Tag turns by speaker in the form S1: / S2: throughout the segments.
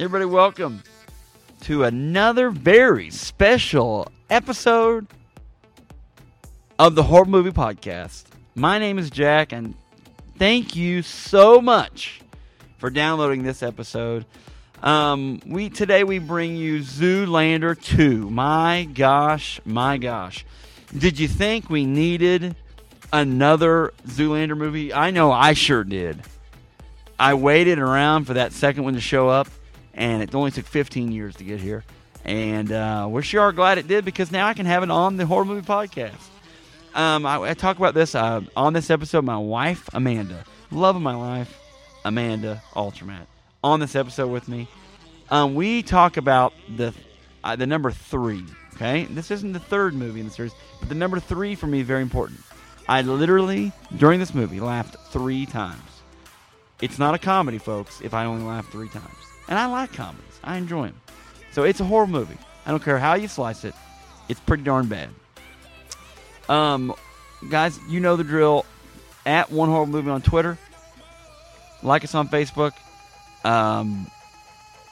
S1: Everybody, welcome to another very special episode of the Horror Movie Podcast. My name is Jack, and thank you so much for downloading this episode. Um, we today we bring you Zoolander 2. My gosh, my gosh. Did you think we needed another Zoolander movie? I know I sure did. I waited around for that second one to show up, and it only took 15 years to get here. And uh, we're sure glad it did because now I can have it on the horror movie podcast. Um, I, I talk about this uh, on this episode. My wife, Amanda, love of my life, Amanda Ultramat, on this episode with me. Um, we talk about the uh, the number three. Okay, this isn't the third movie in the series, but the number three for me is very important. I literally during this movie laughed three times. It's not a comedy, folks, if I only laugh three times. And I like comedies, I enjoy them. So it's a horror movie. I don't care how you slice it, it's pretty darn bad. Um, guys, you know the drill. At One Horror Movie on Twitter, like us on Facebook, um,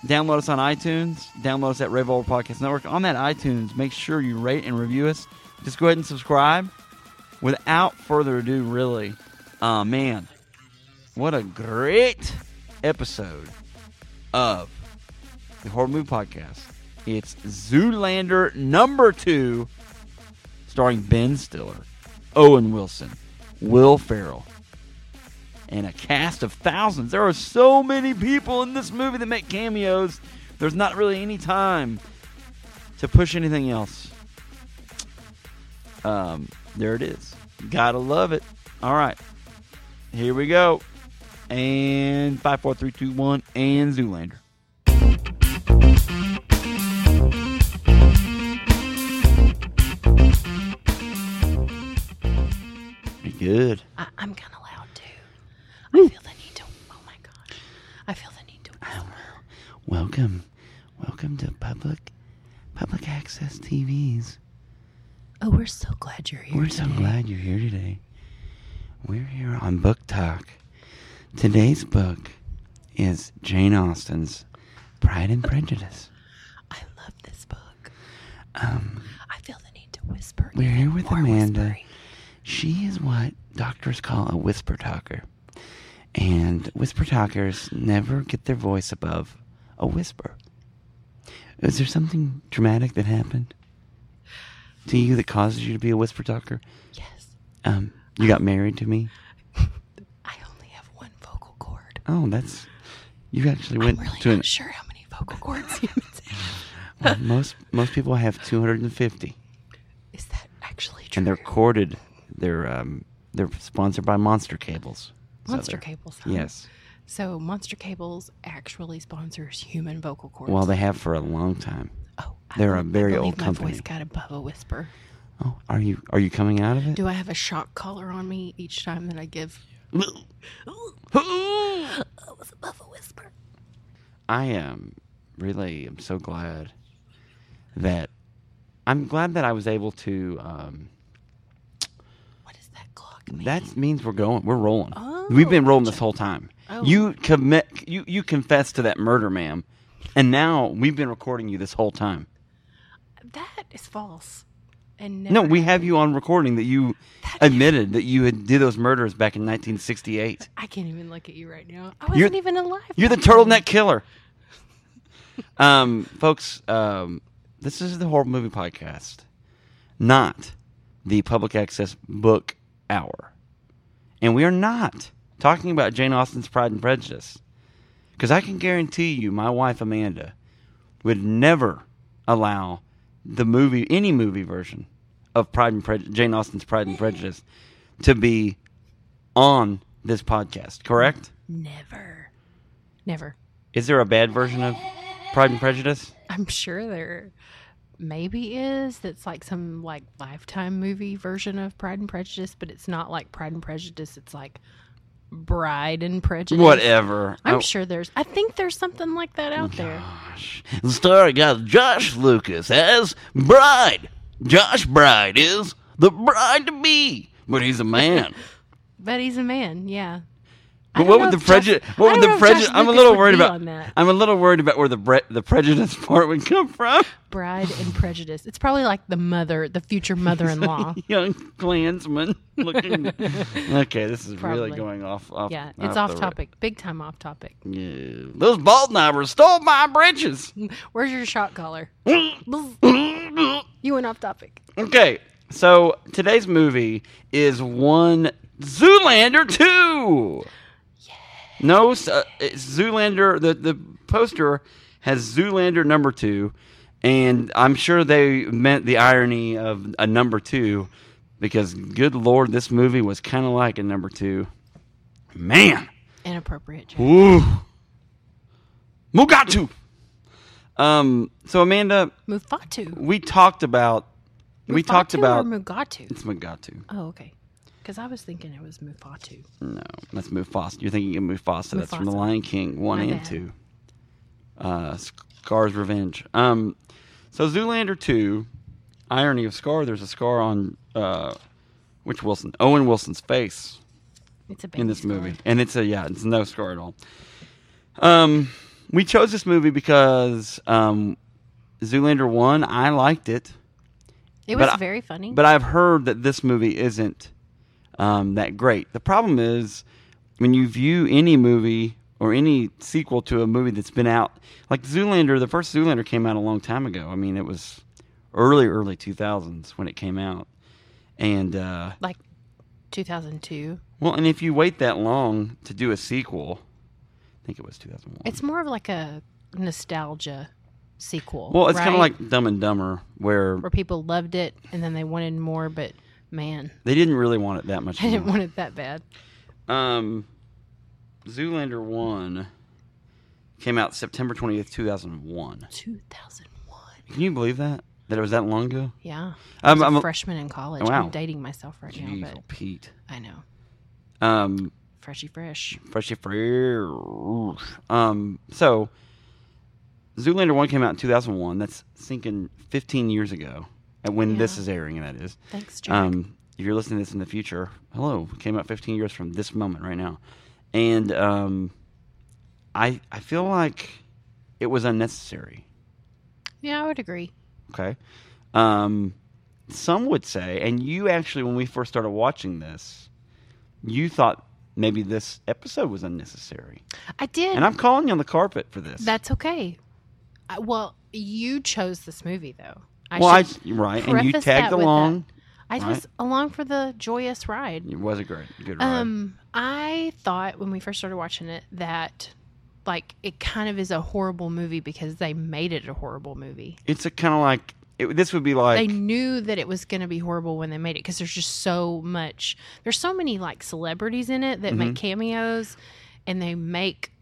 S1: download us on iTunes, download us at Red Volver Podcast Network. On that iTunes, make sure you rate and review us. Just go ahead and subscribe. Without further ado, really, uh, man, what a great episode of the Horror Movie Podcast. It's Zoolander number two, starring Ben Stiller, Owen Wilson, Will Ferrell, and a cast of thousands. There are so many people in this movie that make cameos. There's not really any time to push anything else. Um, there it is. Gotta love it. All right, here we go. And five, four, three, two, one, and Zoolander. Pretty good.
S2: I, I'm kind of loud too. I
S1: Mm.
S2: feel the need to. Oh my gosh, I feel the need to.
S1: Welcome, welcome to public, public access TVs.
S2: Oh, we're so glad you're here.
S1: We're so glad you're here today. We're here on Book Talk. Today's book is Jane Austen's Pride and Prejudice.
S2: I love this book.
S1: Um,
S2: I feel the need to whisper.
S1: We're
S2: even
S1: here with
S2: more
S1: Amanda.
S2: whispering.
S1: she is what doctors call a whisper talker. And whisper talkers never get their voice above a whisper. Is there something dramatic that happened to you that causes you to be a whisper talker?
S2: Yes,
S1: Um, you got married to me?
S2: I only have one vocal cord.
S1: Oh, that's. You actually
S2: I'm
S1: went
S2: really
S1: to
S2: not
S1: an
S2: sure how many vocal cords humans have.
S1: Well, most most people have 250,
S2: Is that actually true?
S1: and they're corded. They're um, they're sponsored by Monster Cables. So
S2: monster
S1: they're-
S2: cables. huh?
S1: Yes.
S2: So Monster Cables actually sponsors human vocal cords.
S1: Well, they have for a long time.
S2: oh, I
S1: they're a
S2: believe-
S1: very
S2: I believe
S1: old
S2: my
S1: company.
S2: voice got above a whisper.
S1: Oh, are you are you coming out of it?
S2: Do I have a shock collar on me each time that I give?
S1: I
S2: I was above a whisper.
S1: am really am so glad that I'm glad that I was able to. Um,
S2: What does that clock mean?
S1: that means we're going. We're rolling.
S2: Oh,
S1: We've been rolling this whole time.
S2: Oh.
S1: You commit. You you confessed to that murder, ma'am, and now we've been recording you this whole time.
S2: That is false. And
S1: No,
S2: never-
S1: we have you on recording that you
S2: That is-
S1: admitted that you had did those murders back in 1968.
S2: I can't even look at you right now. I
S1: You're-
S2: wasn't even alive.
S1: You're the
S2: back then.
S1: turtleneck killer. Um, folks, um, this is the horror movie podcast, not the public access book hour, and we are not talking about Jane Austen's Pride and Prejudice, because I can guarantee you, my wife Amanda would never allow the movie, any movie version of Pride and Prejudice, Jane Austen's Pride and Prejudice, to be on this podcast. Correct?
S2: Never. Never.
S1: Is there a bad version of Pride and Prejudice?
S2: I'm sure there maybe is that's like some like lifetime movie version of Pride and Prejudice, but it's not like Pride and Prejudice. It's like Bride and Prejudice.
S1: Whatever.
S2: I'm
S1: Oh,
S2: sure there's. I think there's something like that out there.
S1: Gosh. The story got Josh Lucas as Bride. Josh Bride is the bride to be, but he's a man.
S2: But he's a man. Yeah.
S1: But
S2: I
S1: what
S2: don't
S1: would
S2: know
S1: the
S2: if Josh-
S1: prejudice?
S2: I
S1: What would
S2: don't know
S1: the
S2: if
S1: prejudice?
S2: Josh
S1: I'm a
S2: Lucas
S1: little
S2: would
S1: worried
S2: be
S1: about.
S2: on that.
S1: I'm a little worried about where the bre- the prejudice part would come from.
S2: Bride and Prejudice. It's probably like the mother, the future mother-in-law.
S1: Young Klansman looking. okay, this is
S2: Probably.
S1: really going off. off
S2: yeah, it's off
S1: the ra-
S2: topic, big time off topic.
S1: Yeah. Those bald knobbers stole my britches.
S2: Where's your shot collar? Bzz. you went off topic.
S1: Okay, so today's movie is one Zoolander two. No, s- uh, it's Zoolander. The the poster has Zoolander number two, and I'm sure they meant the irony of a number two, because good lord, this movie was kind of like a number two. Man,
S2: Inappropriate. Jack.
S1: ooh, Mugatu. Um. So Amanda,
S2: Mufatu.
S1: we talked about. we talked
S2: Mufatu
S1: about.
S2: or Mugatu.
S1: It's Mugatu.
S2: Oh, okay. Because I was thinking it was Mufatu.
S1: No, that's Mufasa. You're thinking of Mufasa. That's from The
S2: Mufasa.
S1: Lion King one
S2: My
S1: and
S2: bad.
S1: two. Uh, Scar's Revenge. Um, so Zoolander two. Irony of Scar. There's a scar on uh, which Wilson Owen Wilson's face
S2: It's a baby
S1: in this
S2: story.
S1: movie, and it's a yeah, it's no scar at all. Um, we chose this movie because um, Zoolander one. I liked it.
S2: It
S1: But
S2: was
S1: I-
S2: very funny.
S1: But I've heard that this movie isn't um, that great. The problem is when you view any movie or any sequel to a movie that's been out, like Zoolander, the first Zoolander came out a long time ago. I mean, it was early, early 2000s when it came out. And, uh,
S2: like 2002.
S1: well, and if you wait that long to do a sequel, I think it was 2001.
S2: It's more of like a nostalgia sequel.
S1: well, it's kind
S2: right?
S1: of like Dumb and Dumber, where
S2: where people loved it and then they wanted more, but man,
S1: they didn't really want it that much.
S2: I
S1: more.
S2: didn't want it that bad.
S1: Um, Zoolander one came out September twentieth, two thousand one.
S2: 2001.
S1: Can you believe that? That it was that long ago?
S2: Yeah. I
S1: Um,
S2: was a
S1: I'm a- Oh,
S2: freshman in college.
S1: Wow.
S2: I'm dating myself right
S1: Jeez,
S2: now, but
S1: old Pete.
S2: I know.
S1: Um,
S2: Freshy fresh.
S1: freshy fresh. Um, so Zoolander one came out in two thousand one. That's sinking fifteen years ago. And when this
S2: Yeah.
S1: is airing, that is.
S2: Thanks, Jack.
S1: Um, if you're listening to this in the future, hello. It came out 15 years from this moment right now, and um, I I feel like it was unnecessary.
S2: yeah, I would agree.
S1: Okay, um, some would say, and you actually, when we first started watching this, you thought maybe this episode was unnecessary,
S2: I did.
S1: and I'm calling you on the carpet for this.
S2: That's okay. I, well, you chose this movie, though. I
S1: well, I,
S2: should-
S1: right, and you
S2: preface
S1: tagged
S2: that with
S1: along.
S2: I
S1: right.
S2: was along for the joyous ride.
S1: It was a great, good ride.
S2: Um, I thought when we first started watching it that like it kind of is a horrible movie because they made it a horrible movie.
S1: it's a kind of like it, this would be like
S2: they knew that it was going to be horrible when they made it because there's just so much. There's so many like celebrities in it that
S1: Mm-hmm.
S2: make cameos, and they make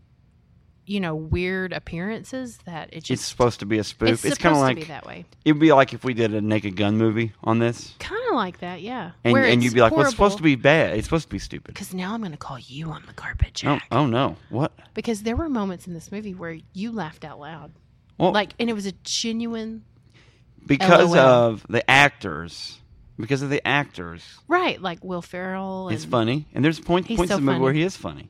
S2: you know weird appearances that it
S1: it's
S2: just
S1: supposed to be a spoof.
S2: it's,
S1: It's,
S2: supposed
S1: kind of like
S2: to be that way.
S1: It would be like if we did a Naked Gun movie on this,
S2: Kind of like that, yeah.
S1: and, and you'd be like, "Well, it's supposed to be bad. It's supposed to be stupid."
S2: Because now I'm going to call you on the carpet,
S1: Oh,
S2: Jack.
S1: oh no, what?
S2: Because there were moments in this movie where you laughed out loud.
S1: Well,
S2: like and it was a genuine
S1: because
S2: LOL.
S1: of the actors, because of the actors,
S2: right like will ferrell and
S1: it's funny, and there's point,
S2: He's
S1: points
S2: so
S1: in the movie where
S2: funny.
S1: he is funny.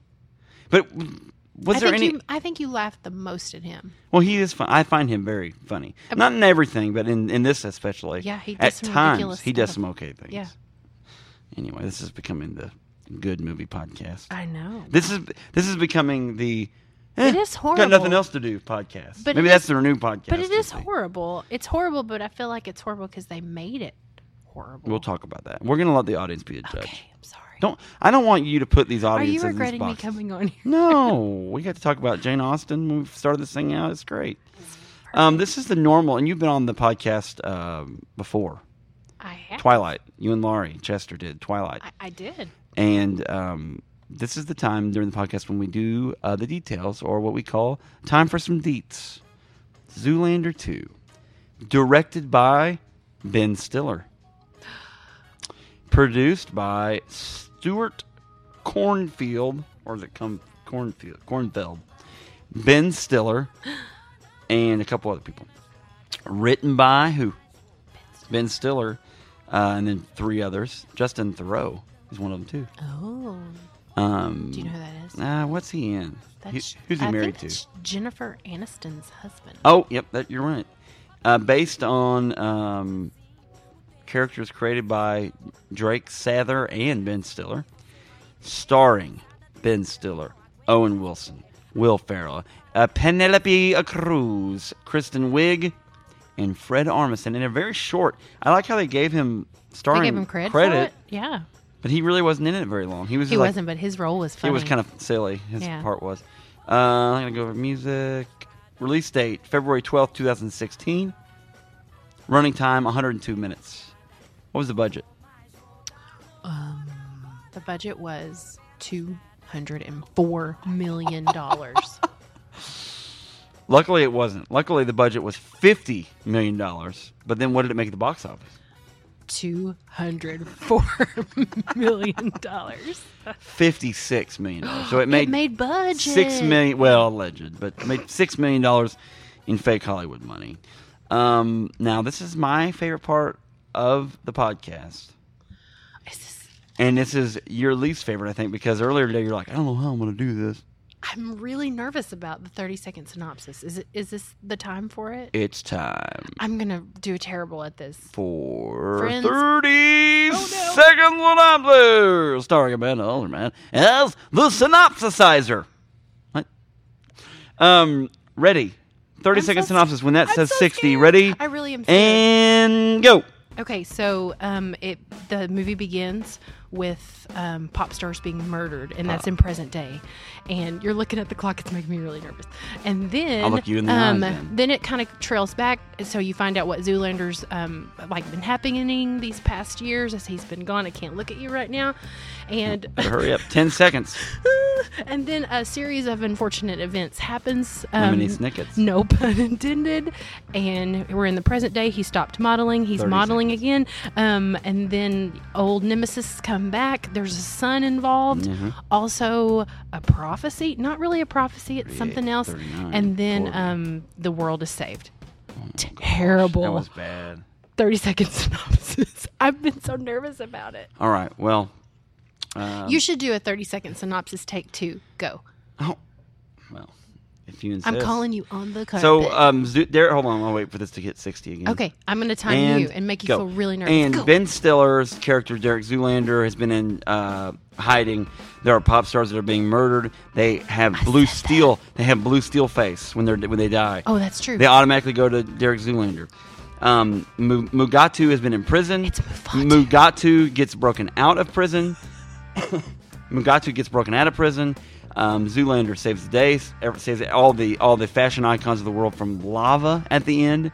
S1: But w- was
S2: I
S1: there
S2: think
S1: any?
S2: you, i think you laughed the most at him
S1: well, he is. Fun. I find him very funny. Not in everything, but in, in this especially.
S2: Yeah, he does
S1: at
S2: some
S1: times
S2: ridiculous
S1: he does
S2: stuff.
S1: some okay things.
S2: Yeah.
S1: Anyway, this is becoming the good movie podcast.
S2: i know
S1: This is this is becoming the.
S2: It
S1: eh,
S2: is
S1: Got nothing
S2: horrible.
S1: else to do. Podcast.
S2: But
S1: Maybe
S2: it
S1: that's
S2: is-
S1: their new podcast.
S2: but it
S1: we'll
S2: is
S1: see.
S2: horrible it's horrible but i feel like it's horrible because they made it horrible
S1: We'll talk about that. We're gonna let the audience be a judge.
S2: okay i'm sorry
S1: Don't. I don't want you to put these
S2: are
S1: audiences.
S2: you regretting
S1: in
S2: me
S1: these boxes.
S2: coming on here
S1: No, we got to talk about Jane Austen. when We started this thing out. It's great. Um, this is the normal, and you've been on the podcast um, before.
S2: i have
S1: Twilight. You and Laurie Chester did Twilight,
S2: I, I did
S1: and um, this is the time during the podcast when we do uh, the details, or what we call time for some deets. Zoolander two, directed by Ben Stiller, produced by Stuart Cornfield, or is it come Cornfield Cornfeld? Ben Stiller, and a couple other people. Written by who? Ben Stiller, uh, and then three others. Justin Thoreau is one of them too.
S2: oh
S1: Um,
S2: Do you know who that is?
S1: uh, what's he in? Who-
S2: That's,
S1: who's he
S2: I
S1: married
S2: think
S1: to?
S2: that's Jennifer Aniston's husband.
S1: Oh, yep, that you're right. Uh, based on um, characters created by Drake Sather and Ben Stiller, starring Ben Stiller, Owen Wilson, Will Ferrell, uh, Penelope Cruz, Kristen Wiig, and Fred Armisen. In a very short, I like how they gave him starring
S2: they gave him credit. for it? Yeah,
S1: but he really wasn't in it very long. He was
S2: he
S1: just like,
S2: wasn't, but his role was funny.
S1: it was kind of silly. His
S2: Yeah.
S1: part was. Uh, I'm gonna go over music. Release date February 12th, 2016. Running time 102 minutes. What was the budget?
S2: the budget was two hundred and four million dollars.
S1: Luckily, it wasn't. Luckily, the budget was 50 million dollars. But then, what did it make at the box office?
S2: two hundred four million dollars.
S1: 56 million dollars. So it
S2: It
S1: made,
S2: made budget
S1: six million. Well, alleged, but it made six million dollars in fake Hollywood money. Um, now, this is my favorite part of the podcast.
S2: Is this-
S1: And this is your least favorite, I think, because earlier today you're like, I don't know how I'm going to do this.
S2: I'm really nervous about the thirty second synopsis. Is it? Is this the time for it?
S1: It's time
S2: I'm gonna do terrible at this.
S1: for
S2: Friends. Oh,
S1: 30
S2: no.
S1: Seconds Synopsis, starring Amanda Alderman as the synopsisizer. What? Um, ready. Thirty
S2: I'm so
S1: second
S2: sc-
S1: synopsis when that
S2: I'm
S1: says
S2: so
S1: 60.
S2: scared.
S1: Ready?
S2: I really am. Scared.
S1: And go.
S2: Okay, so um, it the movie begins with um, pop stars being murdered, and
S1: Uh.
S2: that's in present day. And you're looking at the clock; it's making me really nervous. And then
S1: I'll look you in the
S2: um,
S1: eyes then.
S2: it kind of trails back, so you find out what Zoolander's um, like been happening these past years as he's been gone. I can't look at you right now, and
S1: Better hurry up. 10 seconds.
S2: and then a series of unfortunate events happens.
S1: Lemony Snickets.
S2: No pun intended. And we're in the present day. He stopped modeling. He's
S1: 30
S2: modeling again. Um, and then old nemesis come back. There's a son involved.
S1: Mm-hmm.
S2: Also a prophecy. Not really a prophecy. It's something else.
S1: 39,
S2: And then
S1: 40.
S2: um, the world is saved. Terrible.
S1: Oh That was bad.
S2: 30 second synopsis. I've been so nervous about it.
S1: All right. Well, Um,
S2: you should do a 30 second synopsis. Take two. Go.
S1: oh, well, if you insist.
S2: I'm calling you on the carpet.
S1: So, um, Zoo- there. Hold on, I'll wait for this to hit sixty again.
S2: Okay, I'm gonna time you and make you
S1: Mm. go.
S2: feel really nervous.
S1: And
S2: Go.
S1: Ben Stiller's character Derek Zoolander has been in uh, hiding. There are pop stars that are being murdered. They have blue
S2: said that.
S1: steel. They have blue steel face when they're when they die.
S2: oh, that's true.
S1: They automatically go to Derek Zoolander. Um, Mu- Mugatu has been in prison.
S2: It's Mufatu.
S1: Mugatu gets broken out of prison. Mugatu gets broken out of prison. Um, Zoolander saves the day, ev- saves all the all the fashion icons of the world from lava at the end.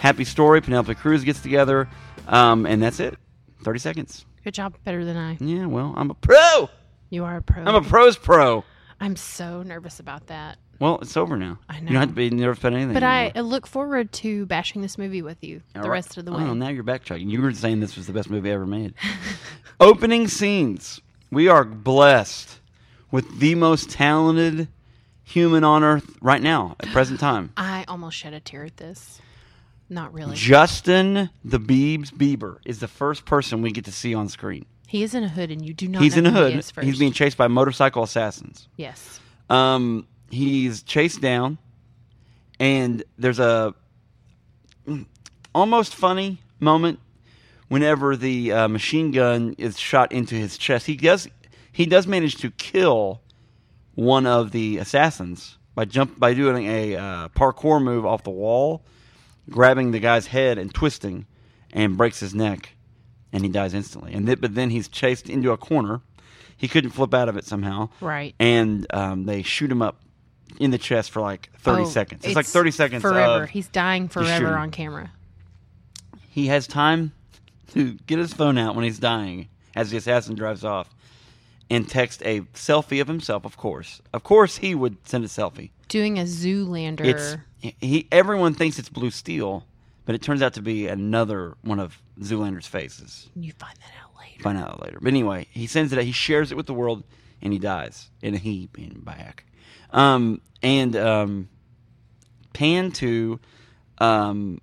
S1: Happy story. Penelope Cruz gets together, um, and that's it. Thirty seconds.
S2: Good job, better than I.
S1: Yeah, well, I'm a pro.
S2: You are a pro.
S1: Mm. I'm a pro's pro.
S2: I'm so nervous about that,
S1: Well, it's over now.
S2: I
S1: You don't have
S2: know.
S1: to be nervous about anything.
S2: but
S1: anymore.
S2: I I look forward to bashing this movie with you the
S1: All right.
S2: rest of the way.
S1: Oh, now you're backtracking. You were saying this was the best movie ever made. Opening scenes. We are blessed with the most talented human on earth right now, at present time.
S2: I almost shed a tear at this. Not really.
S1: Justin the Biebs Bieber is the first person we get to see on screen.
S2: He is in a hood, and you do not.
S1: He's
S2: know
S1: in a
S2: who
S1: hood.
S2: Oh, He is first.
S1: He's being chased by motorcycle assassins.
S2: yes.
S1: Um, he's chased down, and there's a mm, almost funny moment whenever the uh, machine gun is shot into his chest. He does he does manage to kill one of the assassins by jump by doing a uh, parkour move off the wall, grabbing the guy's head and twisting, and breaks his neck, and he dies instantly. And th- but then he's chased into a corner. He couldn't flip out of it somehow
S2: Right.
S1: and um, they shoot him up in the chest for like 30
S2: Oh,
S1: seconds. It's, like 30 seconds
S2: Forever.
S1: of-
S2: He's dying
S1: shooting.
S2: forever on camera.
S1: he has time to get his phone out when he's dying as the assassin drives off and text a selfie of himself, of course. Of course he would send a selfie.
S2: Doing a Zoolander.
S1: It's he everyone thinks it's blue steel, but it turns out to be another one of Zoolander's faces.
S2: you find that out later.
S1: Find out later. But anyway, he sends it out. He shares it with the world, and he dies in a heap and back. Um, and um, pan to um,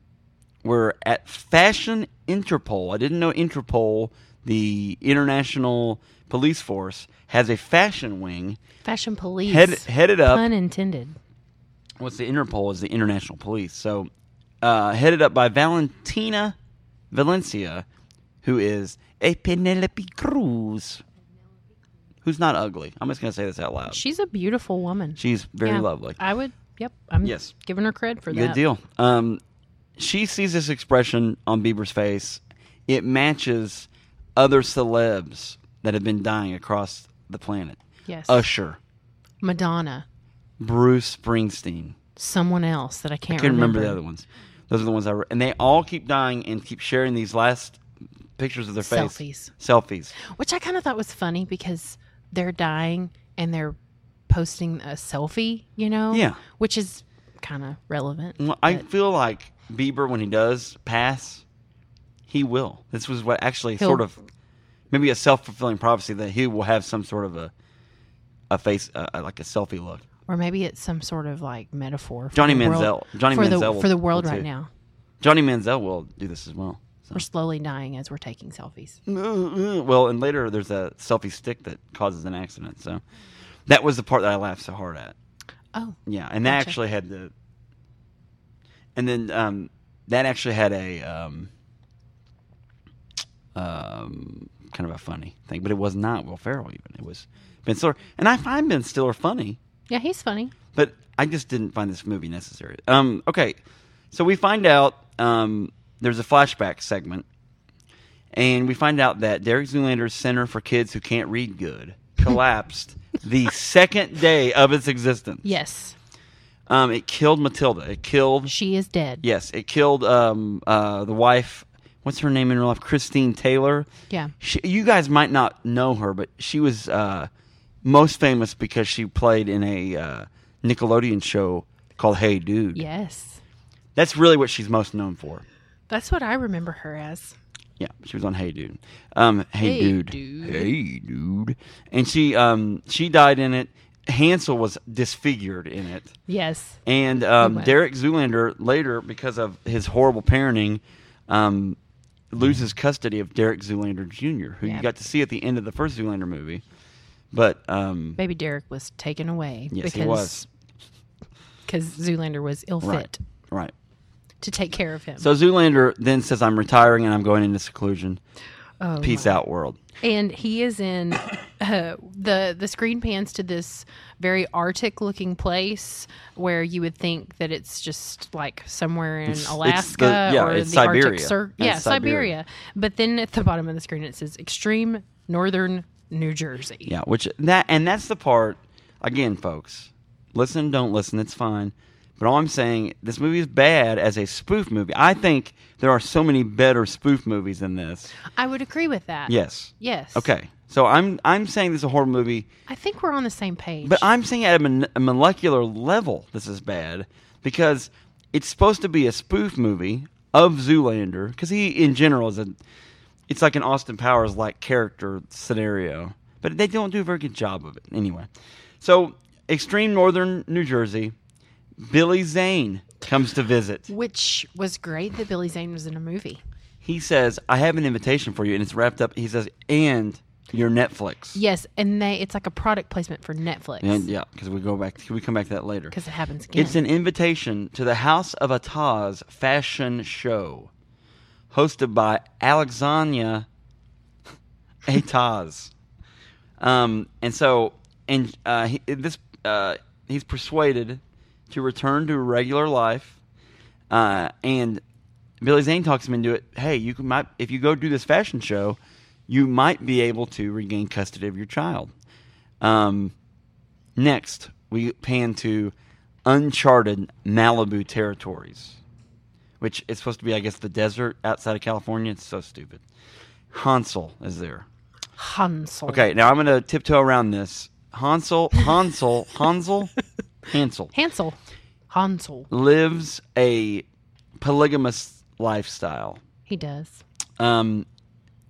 S1: we're at Fashion Interpol. I didn't know Interpol the international police force has a fashion wing
S2: Fashion police.
S1: head, headed up
S2: Pun intended.
S1: what's the Interpol is the international police. So uh, headed up by Valentina Valencia, who is a Penelope Cruz, who's not ugly. I'm just gonna say this out loud.
S2: She's a beautiful woman.
S1: She's very
S2: Yeah. Uh,
S1: lovely.
S2: I would. Yep. I'm
S1: Yes.
S2: giving her cred for that.
S1: Good deal. Um, she sees this expression on Bieber's face. It matches other celebs that have been dying across the planet.
S2: Yes.
S1: Usher,
S2: Madonna.
S1: Bruce Springsteen.
S2: Someone else that I can't
S1: Can't remember
S2: remember.
S1: the other ones. Those are the ones I re- and they all keep dying and keep sharing these last pictures of their face.
S2: Selfies.
S1: Selfies.
S2: Which I kind of thought was funny because they're dying and they're posting a selfie, you know?
S1: Yeah. Mm.
S2: Which is kind of relevant.
S1: Well, I
S2: but
S1: feel like Bieber when he does pass, he will. This was what actually
S2: He'll-
S1: sort of maybe a self fulfilling prophecy that he will have some sort of a a face uh, uh, like a selfie look.
S2: or maybe it's some sort of like metaphor. For
S1: Johnny
S2: the world-
S1: Manziel. Johnny
S2: for
S1: Manziel
S2: the
S1: will-
S2: for the world
S1: will
S2: right
S1: too.
S2: now.
S1: Johnny Manziel will do this as well. So.
S2: We're slowly dying as we're taking selfies.
S1: Well, and later there's a selfie stick that causes an accident. So that was the part that I laughed so hard at.
S2: Oh,
S1: Yeah, and that
S2: Gotcha.
S1: actually had the, and then um, that actually had a um, um, kind of a funny thing, but it was not Will Ferrell even. It was Ben Stiller, and I find Ben Stiller funny,
S2: yeah, he's funny.
S1: but I just didn't find this movie necessary. Um, okay, so we find out um, there's a flashback segment, and we find out that Derek Zoolander's Center for Kids Who Can't Read Good collapsed the second day of its existence.
S2: Yes,
S1: Um, it killed Matilda. It killed
S2: she is dead.
S1: yes. It killed um uh the wife. What's her name in real life? Christine Taylor.
S2: Yeah.
S1: She, you guys might not know her, but she was uh most famous because she played in a uh, Nickelodeon show called Hey Dude.
S2: Yes.
S1: That's really what she's most known for.
S2: That's what I remember her as.
S1: Yeah, she was on Hey Dude. Um, hey,
S2: Hey
S1: dude.
S2: Dude.
S1: Hey dude. And she um she died in it. Hansel was disfigured in it.
S2: Yes.
S1: And um,
S2: was.
S1: Derek Zoolander later, because of his horrible parenting, um, loses custody of Derek Zoolander Jr., who you
S2: Yeah.
S1: got to see at the end of the first Zoolander movie. But um,
S2: Baby Derek was taken away
S1: yes,
S2: because
S1: he was
S2: cause Zoolander was ill fit
S1: right. Right.
S2: to take care of him.
S1: So Zoolander then says, "I'm retiring and I'm going into seclusion.
S2: oh,
S1: Peace out, world."
S2: and he is in uh, the the screen pans to this very arctic looking place where you would think that it's just like somewhere in
S1: it's the-
S2: Alaska
S1: yeah,
S2: or
S1: it's
S2: the Arctic
S1: Siberia.
S2: Circle.
S1: It's
S2: Yeah,
S1: Siberia.
S2: Siberia. But then at the bottom of the screen it says extreme northern New Jersey.
S1: Yeah, which that and that's the part again, folks. Listen, don't listen, it's fine. But all I'm saying, this movie is bad as a spoof movie. I think there are so many better spoof movies than this.
S2: I would agree with that.
S1: Yes.
S2: Yes.
S1: Okay. So I'm I'm saying this is a horror movie,
S2: I think we're on the same page.
S1: but I'm saying at a, mon- a molecular level this is bad because it's supposed to be a spoof movie of Zoolander because he in general is a it's like an Austin Powers like character scenario, but they don't do a very good job of it anyway. So extreme northern New Jersey, Billy Zane comes to visit.
S2: which was great that Billy Zane was in a movie.
S1: He says, "I have an invitation for you," and it's wrapped up. He says, "And your Netflix."
S2: Yes, and they it's like a product placement for Netflix.
S1: And yeah, because we go back, we come back to that later.
S2: because it happens again.
S1: It's an invitation to the House of Ataz fashion show, hosted by Alexandria Ataz. Um, and so, and uh, he, this uh, he's persuaded to return to regular life, uh, and Billy Zane talks him into it. Hey, you can, might if you go do this fashion show, you might be able to regain custody of your child. Um, Next, we pan to uncharted Malibu territories, which is supposed to be, I guess, the desert outside of California. It's so stupid. Hansel is there.
S2: Hansel.
S1: Okay, now I'm going to tiptoe around this. Hansel, Hansel, Hansel, Hansel
S2: Hansel. Hansel.
S1: lives a polygamous lifestyle.
S2: He does.
S1: Um,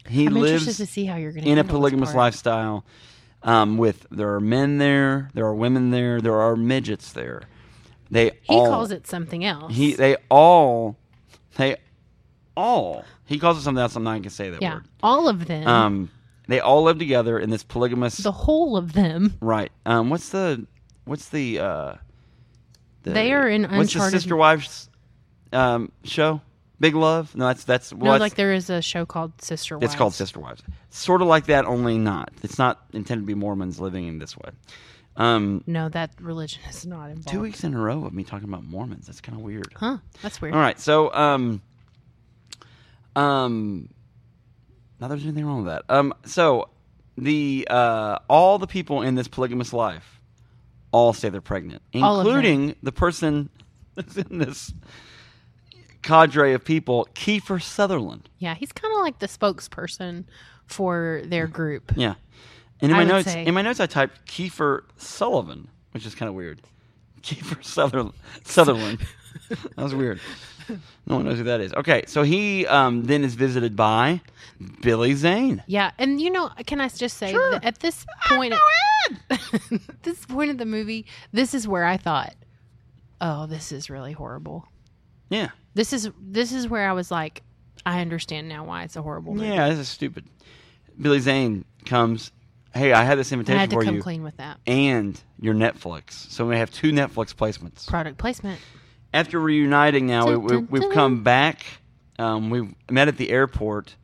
S1: he
S2: I'm
S1: lives
S2: interested to see how you're going to
S1: in a polygamous lifestyle um, with there are men there, there are women there, there are midgets there. They
S2: He
S1: all
S2: calls it something else.
S1: he they all they all. He calls it something else. I'm not going to say that
S2: yeah,
S1: word.
S2: all of them,
S1: Um, they all live together in this polygamous.
S2: the whole of them.
S1: right. Um, what's the what's the uh, the-
S2: They are in
S1: what's the
S2: uncharted-
S1: sister wives um, show? Big Love? No, that's that's well,
S2: no,
S1: that's-
S2: like there is a show called Sister Wives.
S1: It's called Sister Wives. Sort of like that, only not. It's not intended to be Mormons living in this way. Um,
S2: No, that religion is not involved.
S1: two weeks in a row of me talking about Mormons. That's kind of weird.
S2: Huh? That's weird.
S1: All right, so um, um, not there's anything wrong with that. Um, so the uh, all the people in this polygamous life all say they're pregnant,
S2: All of them.
S1: including the person that's in this cadre of people, Kiefer Sutherland.
S2: Yeah, he's kind of like the spokesperson for their
S1: Hmm.
S2: group.
S1: Yeah. And in my
S2: I would
S1: notes,
S2: say-
S1: in my notes, I typed Kiefer Sullivan, which is kind of weird. Kiefer Sutherland. Sutherland. that was weird. No one knows who that is. Okay, so he um, then is visited by Billy Zane.
S2: Yeah, and you know, can I just say
S1: Sure.
S2: that at this point, this point of the movie, this is where I thought, "Oh, this is really horrible."
S1: Yeah,
S2: This is this is where I was like, "I understand now why it's a horrible movie."
S1: yeah, this is stupid. Billy Zane comes. Hey, I had this
S2: I
S1: invitation
S2: had to
S1: for
S2: come
S1: you,
S2: clean with that
S1: and your Netflix. So we have two Netflix placements.
S2: product placement.
S1: after reuniting now we,
S2: Dun,
S1: we,
S2: dun,
S1: we've
S2: dun.
S1: come back um, we've met at the airport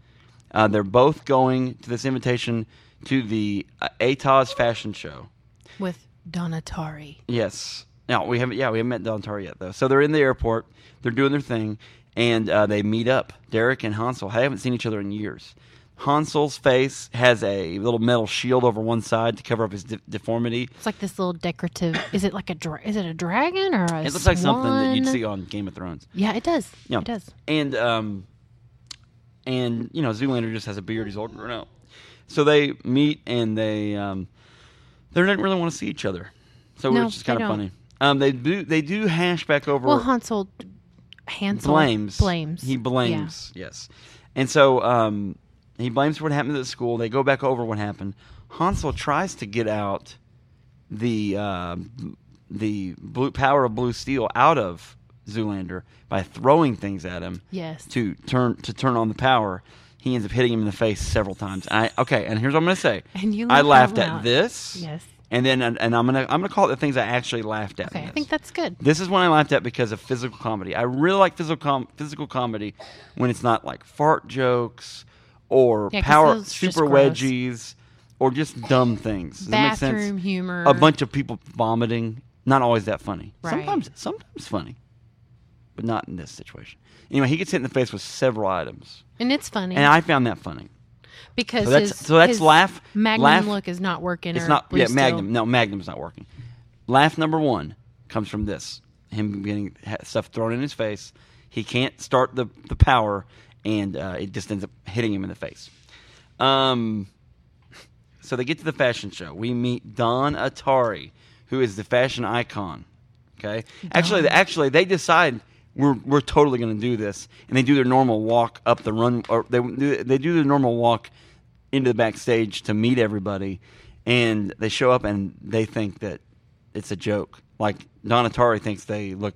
S1: uh, they're both going to this invitation to the uh, atos fashion show
S2: with Donatari.
S1: yes no we haven't yeah we haven't met Don Tar yet though so they're in the airport they're doing their thing and uh, they meet up derek and hansel haven't seen each other in years hansel's face has a little metal shield over one side to cover up his de- deformity
S2: It's like this little decorative. Is it like a dra- is it a dragon or a?
S1: it looks like something that you'd
S2: swan?
S1: see on game of thrones
S2: Yeah, it does.
S1: Yeah.
S2: It does.
S1: and um, and you know Zoolander just has a beard; he's old and grown out. So they meet and they um, they didn't really want to see each other, so
S2: No,
S1: which is
S2: they
S1: kind of
S2: don't.
S1: funny. Um, they do they do hash back over
S2: Well, Hansel, Hansel
S1: blames
S2: blames.
S1: he blames yes, and so um, he blames what happened at the school. They go back over what happened. Hansel tries to get out the uh, the blue power of blue steel out of Zoolander by throwing things at him
S2: Yeah. Yes.
S1: to turn to turn on the power, he ends up hitting him in the face several times. I okay, and here's what I'm gonna say.
S2: And you
S1: I
S2: laugh
S1: laughed
S2: out
S1: at
S2: loud.
S1: this.
S2: Yes.
S1: And then and, and I'm gonna I'm gonna call it the things I actually laughed at. in
S2: Okay, I
S1: this.
S2: think that's good.
S1: this is when I laughed at because of physical comedy. I really like physical com- physical comedy when it's not like fart jokes or
S2: Yeah, 'cause
S1: power
S2: those are just
S1: super
S2: gross.
S1: wedgies or just dumb things. Does that make sense?
S2: Bathroom humor.
S1: a bunch of people vomiting. Not always that funny.
S2: Mm-hmm. Right.
S1: Sometimes, sometimes funny, but not in this situation. Anyway, he gets hit in the face with several items,
S2: and it's funny
S1: and I found that funny.
S2: because
S1: so that's-
S2: his,
S1: so that's
S2: his
S1: laugh-
S2: Magnum
S1: laugh-
S2: look is not working.
S1: It's
S2: or
S1: not,
S2: Blue
S1: yeah,
S2: Steel.
S1: Magnum. No, Magnum's not working. Laugh number one comes from this: him getting ha- stuff thrown in his face. He can't start the the power, and uh, it just ends up hitting him in the face. Um, so they get to the fashion show. We meet Don Atari, who is the fashion icon. Okay, actually, actually, they decide we're we're totally going to do this, and they do their normal walk up the run, or they do they do their normal walk into the backstage to meet everybody, and they show up and they think that it's a joke. Like Don Atari thinks they look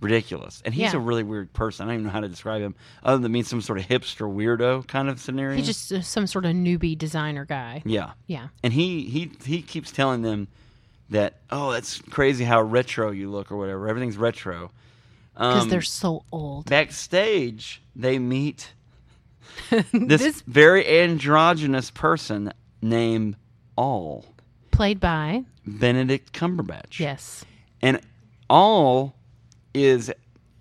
S1: ridiculous, and he's
S2: Yeah.
S1: a really weird person. I don't even know how to describe him, other than being some sort of hipster weirdo kind of scenario.
S2: He's just uh, some sort of newbie designer guy.
S1: yeah,
S2: Yeah.
S1: and he he he keeps telling them that oh that's crazy how retro you look or whatever everything's retro
S2: Because
S1: um,
S2: they're so old.
S1: backstage they meet this,
S2: This-
S1: very androgynous person named all
S2: Played by
S1: benedict cumberbatch
S2: yes.
S1: and all is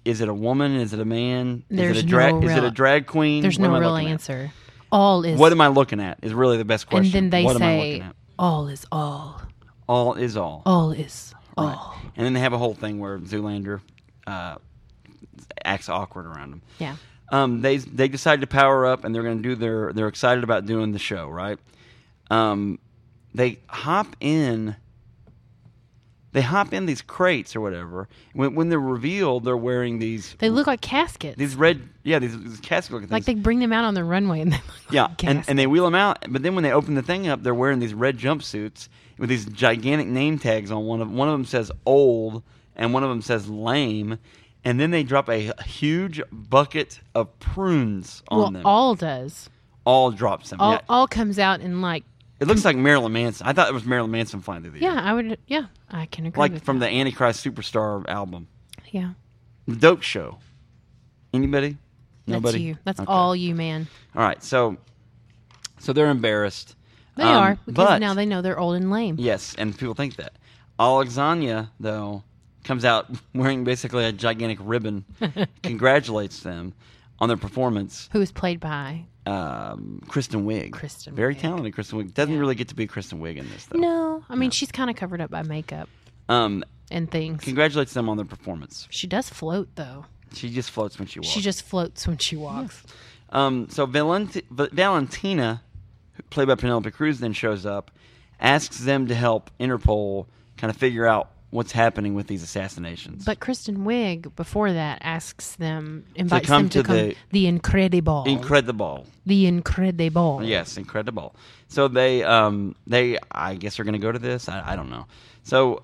S1: is it a woman is it a man
S2: There's
S1: is it a drag
S2: no
S1: is it
S2: real-
S1: a drag queen
S2: There's
S1: What am
S2: no
S1: I
S2: real
S1: looking at?
S2: answer. All is
S1: what am i looking at is really the best question
S2: and then they
S1: what am I
S2: say
S1: looking at?
S2: all is all.
S1: all is all
S2: All is all.
S1: And then they have a whole thing where Zoolander uh, acts awkward around him.
S2: Yeah.
S1: Um, they they decide to power up, and they're going to do their. They're excited about doing the show, right? Um, they hop in. They hop in these crates or whatever. When, when they're revealed, they're wearing these
S2: They look like caskets.
S1: these red yeah these, these casket looking
S2: like
S1: things.
S2: they bring them out on the runway and they look
S1: yeah,
S2: like
S1: and,
S2: caskets.
S1: and they wheel them out. But then when they open the thing up, they're wearing these red jumpsuits with these gigantic name tags on one of one of them says old and one of them says lame. and then they drop a huge bucket of prunes on
S2: well,
S1: them. All,
S2: all does.
S1: drops them.
S2: All
S1: yeah.
S2: all comes out in like
S1: it looks like Marilyn Manson. I thought it was Marilyn Manson flying through the air.
S2: yeah. I would yeah. I can agree.
S1: Like
S2: with
S1: from
S2: that.
S1: the Antichrist Superstar album.
S2: yeah.
S1: The Dope Show. Anybody? Nobody?
S2: That's you. That's
S1: Okay.
S2: all you, man.
S1: All right. So so they're embarrassed.
S2: They
S1: Um,
S2: are because
S1: but-
S2: now they know they're old and lame.
S1: Yes, and people think that. Alexania, though, comes out wearing basically a gigantic ribbon, congratulates them on their performance.
S2: Who is played by?
S1: Um, Kristen Wiig,
S2: Kristen
S1: very
S2: Wiig.
S1: talented Kristen Wiig. Doesn't really get to be Kristen Wiig in this though.
S2: No, I mean she's kind of covered up by makeup
S1: Um,
S2: and things.
S1: congratulates them on their performance.
S2: she does float though.
S1: She just floats when she walks.
S2: She just floats when she walks.
S1: Um, so Valenti- Va- Valentina, who- played by Penelope Cruz, then shows up, asks them to help Interpol kind of figure out what's happening with these assassinations.
S2: But Kristen Wiig, before that, asks them, invites
S1: come
S2: them to,
S1: to
S2: come.
S1: the-
S2: The, Incredible.
S1: Incredible.
S2: the Incredible.
S1: Yes, incredible. So they, um, they, I guess, are going to go to this. I, I don't know. So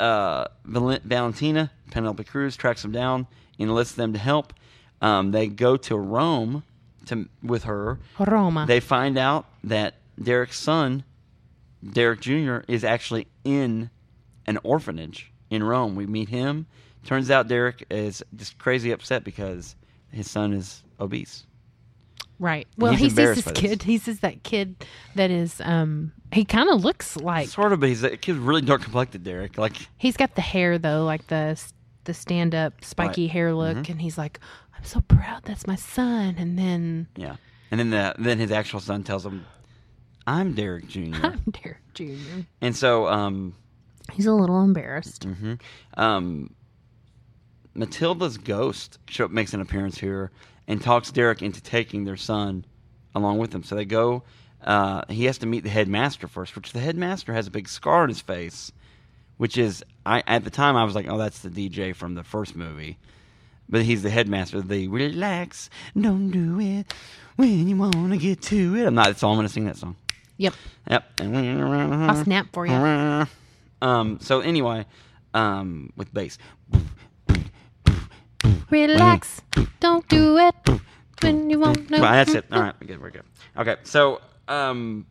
S1: uh, Val- Valentina Penelope Cruz tracks them down, enlists them to help. Um, they go to Rome to with her.
S2: Roma.
S1: They find out that Derek's son, Derek Jr., is actually in an orphanage in Rome. We meet him. Turns out Derek is just crazy upset because his son is obese.
S2: right. Well,
S1: he's
S2: he sees
S1: embarrassed
S2: this
S1: by this.
S2: kid. He sees that kid that is, um, he kind of looks like,
S1: Sort of, but he's a kid's really dark complected, Derek. Like,
S2: he's got the hair though, like the, the stand up spiky
S1: Right. Mm-hmm.
S2: hair look. And he's like, I'm so proud. That's my son. And then
S1: yeah. And then the then his actual son tells him, "I'm Derek Jr."
S2: I'm Derek Jr.
S1: and so, um,
S2: He's a little embarrassed.
S1: Mm. um, Matilda's ghost show, makes an appearance here and talks Derek into taking their son along with them. So they go. Uh, he has to meet the headmaster first, which the headmaster has a big scar on his face, which is I at the time I was like, oh, that's the DJ from the first movie, but he's the headmaster. The relax, don't do it when you wanna get to it. I'm not. That's all I'm gonna sing that song.
S2: Yep.
S1: Yep. I
S2: I'll snap for you.
S1: um, so anyway, um, with bass. Mm.
S2: Relax. Don't do it when you won't know. Mm.
S1: Well, Mm. that's it. All right, we're good. We're good. Okay, so um,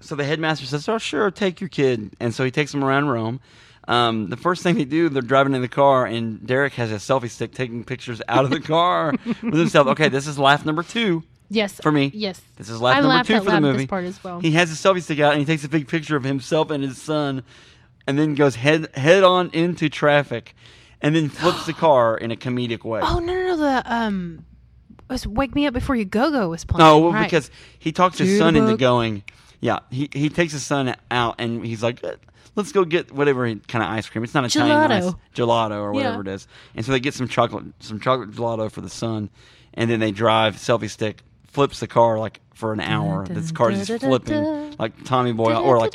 S1: so the headmaster says, "Oh, sure, take your kid," and so he takes him around Rome. Um, the first thing they do, they're driving in the car, and Derek has a selfie stick taking pictures out of the car with himself. Okay, this is laugh number two.
S2: Yes.
S1: for me.
S2: Yes.
S1: This is laugh
S2: I
S1: number
S2: laughed
S1: two
S2: out
S1: for the
S2: loud at
S1: movie.
S2: this part as well.
S1: He has his selfie stick out and he takes a big picture of himself and his son, and then goes head head on into traffic, and then flips the car in a comedic way.
S2: Oh no, no, no the um, it was "Wake Me Up Before You Go Go" was playing.
S1: no, well,
S2: right.
S1: because he talks his
S2: Dude,
S1: son into
S2: look.
S1: going. Yeah, he he takes his son out and he's like, "Eh, "Let's go get whatever kind of ice cream. It's not Italian
S2: Gelato.
S1: ice, gelato or whatever
S2: Yeah.
S1: it is." And so they get some chocolate, some chocolate gelato for the son, and then they drive selfie stick. Flips the car like for an hour.
S2: Dun,
S1: This
S2: dun,
S1: car's
S2: dun,
S1: just
S2: dun, dun,
S1: flipping
S2: dun.
S1: like Tommy Boy or like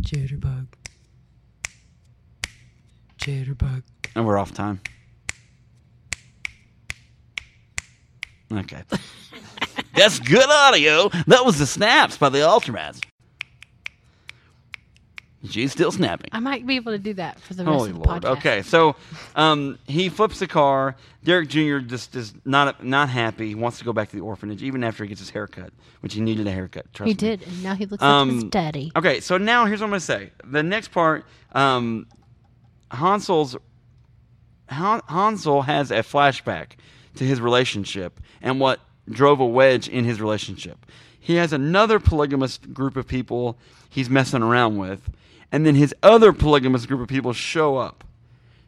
S2: Jitterbug. Jitterbug.
S1: And we're off time. Okay. That's good audio. That was the snaps by the Ultramats. She's still snapping.
S2: I might be able to do that for the rest
S1: Holy
S2: of the
S1: Lord.
S2: podcast.
S1: Okay, so um, he flips the car. Derek Jr. just is not not happy. He wants to go back to the orphanage, even after he gets his haircut, which he needed a haircut. Trust
S2: He
S1: me.
S2: did, and now he looks like his
S1: Um,
S2: daddy.
S1: Okay, so now here's what I'm gonna say. The next part, um, Hansel's Han- Hansel has a flashback to his relationship and what drove a wedge in his relationship. He has another polygamous group of people he's messing around with, and then his other polygamous group of people show up.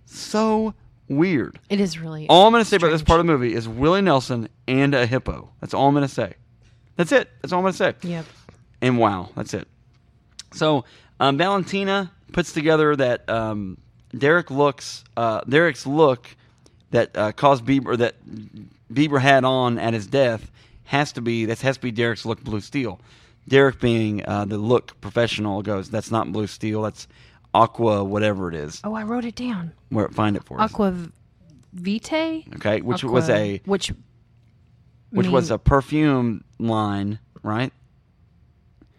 S1: So weird.
S2: It is really
S1: All I'm going to say about this part of the movie is Willie Nelson and a hippo. That's all I'm going to say. That's it. That's all I'm going to say
S2: Yep.
S1: and wow, that's it. So um, Valentina puts together that um, Derek looks uh, Derek's look that uh, caused Bieber that Bieber had on at his death has to be that has to be Derek's look blue steel. Derek being uh, the look professional goes that's not blue steel that's aqua whatever it is
S2: Oh, I wrote it down.
S1: where find it for us
S2: Aqua v- Vitae.
S1: okay which was
S2: Aqua-
S1: a
S2: which
S1: which was
S2: mean-
S1: a perfume line right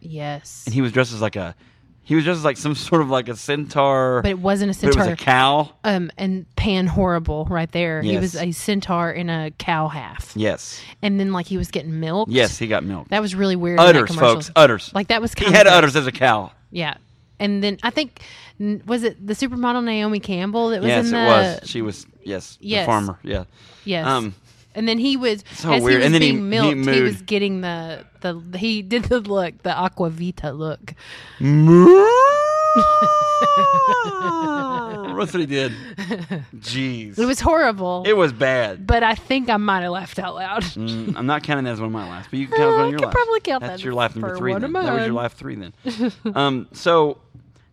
S2: yes
S1: and he was dressed as like a He was just like some sort of like a centaur,
S2: But
S1: but
S2: it wasn't a
S1: it
S2: centaur.
S1: was a cow.
S2: um, and Pan Horrible right there. He
S1: Yes.
S2: was a centaur in a cow half.
S1: Yes,
S2: And then like he was getting milked.
S1: yes, he got milk.
S2: That was really weird. in that
S1: Udders,
S2: commercial.
S1: folks, udders.
S2: Like that was
S1: he
S2: kind
S1: had
S2: of weird.
S1: udders as a cow.
S2: Yeah. And then I think n- was it the supermodel Naomi Campbell that was
S1: yes,
S2: in the
S1: it was. She was yes, the
S2: Yes.
S1: farmer. Yeah,
S2: yes.
S1: Um,
S2: and then he was
S1: So weird.
S2: as he was
S1: And then he-
S2: being
S1: he
S2: milked, he,
S1: moved.
S2: was getting the the he did the look, the aquavita look.
S1: that's what he did. Jeez,
S2: It was horrible.
S1: it was bad.
S2: but I think I might have laughed out loud.
S1: Mm, I'm not counting that as one of my laughs, but you can count as
S2: I
S1: one of your
S2: could
S1: laughs.
S2: probably count
S1: That's
S2: that
S1: your laugh number
S2: for
S1: three.
S2: one
S1: Then.
S2: of
S1: That was your
S2: mine.
S1: laugh three then. um, so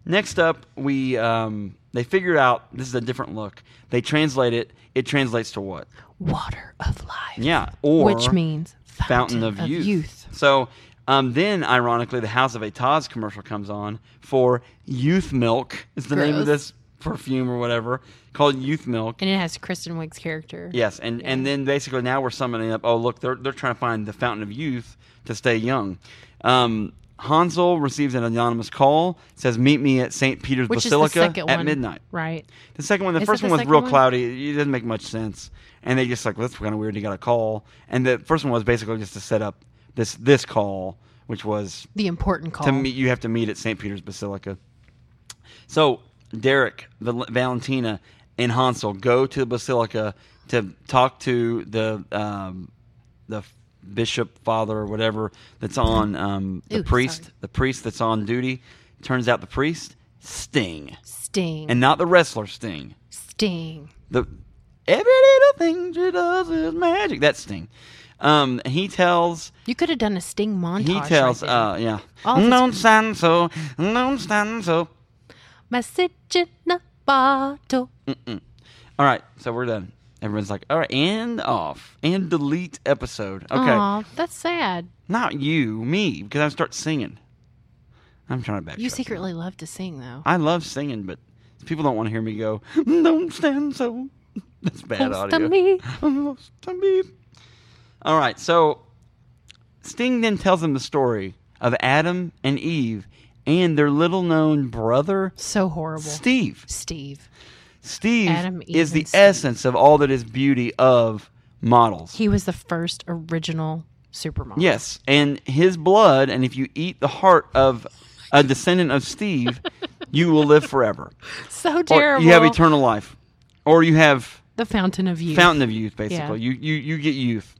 S1: next up, we um, they figured out this is a different look. They translate it. It translates to what?
S2: Water of life.
S1: Yeah, or
S2: which means
S1: fountain, of, youth. So um, then, ironically, the House of Etats commercial comes on for Youth Milk. Is the name of
S2: Gross.
S1: this perfume or whatever called Youth Milk?
S2: And it has Kristen Wiig's character.
S1: Yes, and and then basically now we're summoning up. Oh, look, they're they're trying to find the fountain of youth to stay young. Um, Hansel receives an anonymous call. Says, "Meet me at St. Peter's
S2: Which is the
S1: Basilica
S2: second
S1: at
S2: one.
S1: midnight."
S2: Right.
S1: The second one, the
S2: Is it
S1: first
S2: the
S1: one was
S2: second
S1: real
S2: one?
S1: cloudy. It doesn't make much sense, and they just like well, that's kind of weird. He got a call, and the first one was basically just to set up this this call, which was
S2: The important call.
S1: to meet you have to meet at St. Peter's Basilica. So Derek, Val- Valentina, and Hansel go to the basilica to talk to the um, the bishop, father, or whatever that's on um, the
S2: Ooh,
S1: priest.
S2: sorry.
S1: The priest that's on duty. Turns out the priest Sting,
S2: Sting.
S1: and not the wrestler Sting.
S2: Sting.
S1: The every little thing she does is magic. That Sting. Um, he tells
S2: You could have done a Sting montage.
S1: he tells
S2: right there. Oh,
S1: uh yeah
S2: All of his-
S1: don't stand so don't stand so
S2: Message in a bottle.
S1: all right so we're done everyone's like all right and off and delete episode okay
S2: Aw, that's sad.
S1: not you me because i start singing i'm trying to back
S2: You secretly love to sing, though.
S1: i love singing but people don't want to hear me go "Mm, don't stand so that's bad
S2: Close to
S1: audio
S2: me.
S1: Almost to me. all right so sting then tells them the story of adam and eve and their little known brother
S2: So horrible.
S1: steve
S2: Steve.
S1: Steve
S2: Adam, Eve,
S1: is the
S2: and Steve.
S1: essence of all that is beauty of models.
S2: He was the first original supermodel.
S1: yes, and his blood, and if you eat the heart of a descendant of Steve, you will live forever.
S2: So
S1: Or
S2: terrible.
S1: you have eternal life, or you have
S2: The fountain of youth.
S1: fountain of youth. Basically, you you you get youth.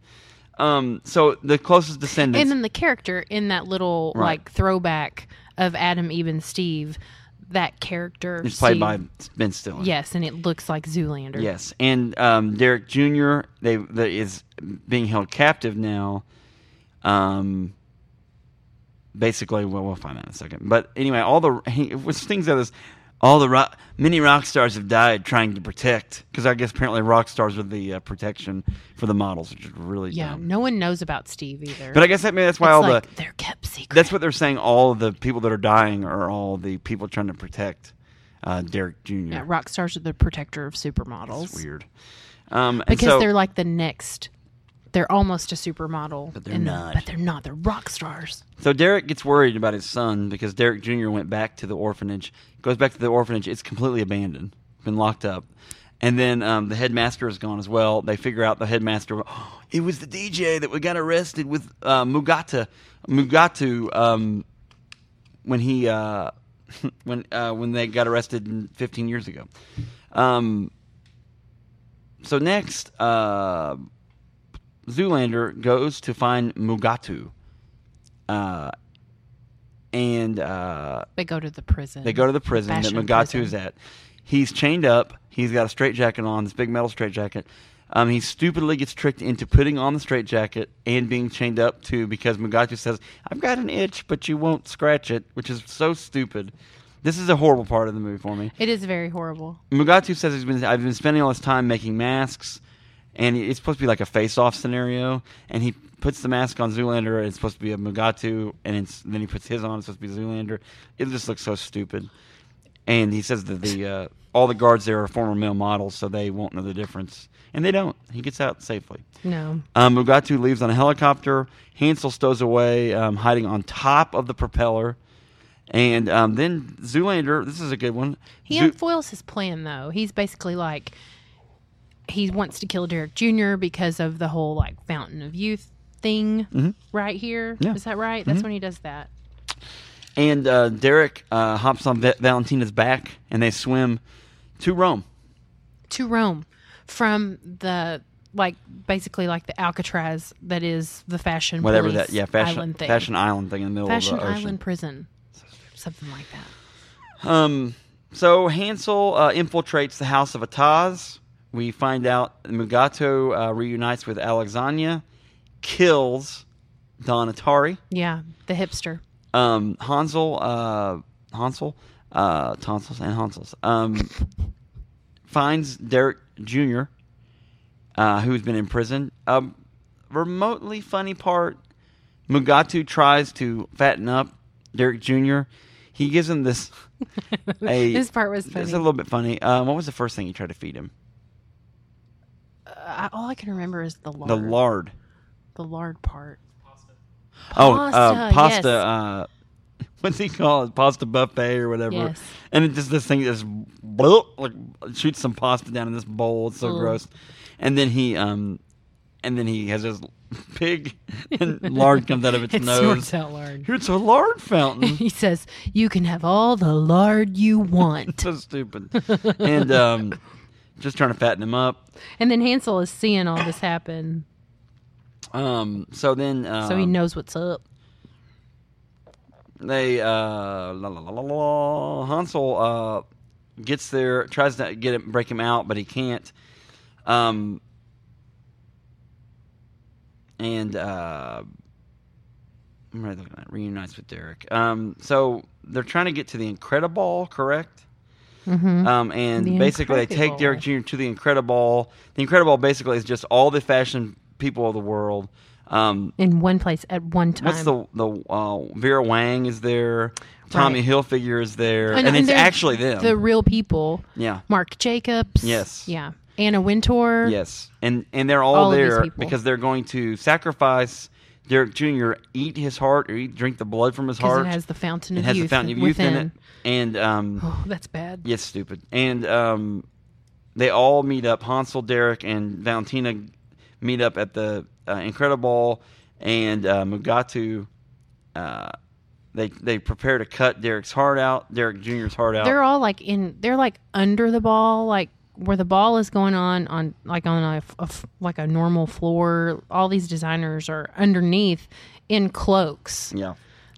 S1: Um, so the closest descendants.
S2: and then the character in that little
S1: Right.
S2: like throwback of Adam, Eve, and Steve. That character
S1: is played
S2: Steve-
S1: by Ben Stiller.
S2: Yes, and it looks like Zoolander.
S1: Yes, and um, Derek Jr. They that is being held captive now. Um, basically, well, we'll find out in a second. But anyway, all the he, which things like this, all the rock, many rock stars have died trying to protect because I guess apparently rock stars are the uh, protection for the models, which is really
S2: Yeah.
S1: dumb.
S2: No one knows about Steve either.
S1: But I guess that maybe that's why
S2: it's
S1: all
S2: like
S1: the
S2: they're kept secret.
S1: that's what they're saying. All the people that are dying are all the people trying to protect uh, Derek Jr.
S2: yeah, rock stars are the protector of supermodels.
S1: It's weird. Um, and
S2: because
S1: so-
S2: they're like the next they're almost a supermodel but
S1: they're not.
S2: but they're not they're rock stars
S1: So Derek gets worried about his son because Derek Jr. went back to the orphanage, goes back to the orphanage. It's completely abandoned, been locked up. And then um, the headmaster is gone as well. They figure out the headmaster. Oh, it was the DJ that we got arrested with uh, Mugata, Mugatu um, when he uh, when uh, when they got arrested 15 years ago. Um, so next, uh, Zoolander goes to find Mugatu uh, and uh,
S2: they go to the prison
S1: they go to the prison
S2: Fashion
S1: that Mugatu
S2: prison.
S1: is at. He's chained up. He's got a straitjacket on, this big metal straitjacket. Um, he stupidly gets tricked into putting on the straitjacket and being chained up too because Mugatu says, I've got an itch, but you won't scratch it, which is so stupid. This is a horrible part of the movie for me.
S2: it is very horrible
S1: Mugatu says he's been I've been spending all this time making masks, and it's supposed to be like a face-off scenario. And he puts the mask on Zoolander, and it's supposed to be a Mugatu, and it's, then he puts his on, it's supposed to be Zoolander. It just looks so stupid. And he says that the uh, all the guards there are former male models, so they won't know the difference, and they don't. He gets out safely.
S2: no
S1: Um, Mugatu leaves on a helicopter. Hansel stows away, um, hiding on top of the propeller. And um, then Zoolander, this is a good one.
S2: He
S1: Zoo-
S2: unfoils his plan though. He's basically like he wants to kill Derek Jr. because of the whole like fountain of youth thing right here.
S1: Mm-hmm.
S2: Is
S1: Yeah. Mm-hmm.
S2: that right? That's when he does that.
S1: and uh, Derek uh, hops on Va- Valentina's back, and they swim to Rome.
S2: To Rome from the like basically like the Alcatraz that is the fashion
S1: Whatever
S2: police
S1: that, yeah, fashion
S2: island thing.
S1: fashion island thing in the middle
S2: Fashion
S1: of the ocean.
S2: Island prison. Something like that.
S1: Um, so Hansel uh, infiltrates the house of Ataz. We find out Mugato uh, reunites with Alexania, kills Don Atari.
S2: Yeah, the hipster.
S1: Um, Hansel, uh, Hansel, uh, tonsils and Hansels, um, finds Derek Jr., uh, who's been in prison. A remotely funny part Mugatu tries to fatten up Derek Jr. He gives him this. A,
S2: This part was funny.
S1: It's a little bit funny. Um, what was the first thing he tried to feed him?
S2: I, all I can remember is the lard.
S1: The lard.
S2: the lard part.
S1: Oh, uh,
S2: Pasta,
S1: pasta.
S2: yes.
S1: Uh, what's he called? Pasta buffet or whatever.
S2: Yes.
S1: And it just this thing just bloop, like shoots some pasta down in this bowl. It's so
S2: Ugh.
S1: gross. And then he um, and then he has his pig and lard comes out of its
S2: It
S1: nose.
S2: snorts out lard.
S1: It's a lard fountain.
S2: He says, "You can have all the lard you want."
S1: so stupid. and um, just trying to fatten him up.
S2: and then Hansel is seeing all this happen,
S1: Um, so then um,
S2: so he knows what's up.
S1: they uh la, la, la, la, la, Hansel uh gets there, tries to get him break him out, but he can't. Um and uh I'm really looking at reunites with Derek. Um so they're trying to get to the Incrediball, correct?
S2: Mm-hmm.
S1: Um, and
S2: The
S1: basically, they take Derek Jr. to the Incrediball. The Incrediball basically is just all the fashion people of the world. Um,
S2: In one place at one time.
S1: What's the the uh, Vera Wang is there? Tommy
S2: Right.
S1: Hilfiger is there,
S2: And-
S1: and,
S2: and
S1: it's
S2: they're-
S1: actually them.
S2: The real people?
S1: yeah,
S2: Mark Jacobs.
S1: Yes.
S2: Yeah. Anna Wintour.
S1: yes, and and they're all,
S2: All of these
S1: there
S2: people.
S1: because they're going to sacrifice Derek Jr. Eat his heart or eat, drink the blood from his
S2: Because
S1: heart.
S2: it has the fountain
S1: It
S2: of
S1: has
S2: youth
S1: the fountain of youth
S2: within.
S1: in it, and um,
S2: Oh, that's bad.
S1: yes, stupid. And um, they all meet up. Hansel, Derek, and Valentina meet up at the uh, Incredible, and uh, Mugatu. Uh, they they prepare to cut Derek's heart out, Derek Jr.'s heart out.
S2: They're all like in. They're like under the ball, like where the ball is going on on like on a, f- a f- like a normal floor. All these designers are underneath in cloaks,
S1: yeah,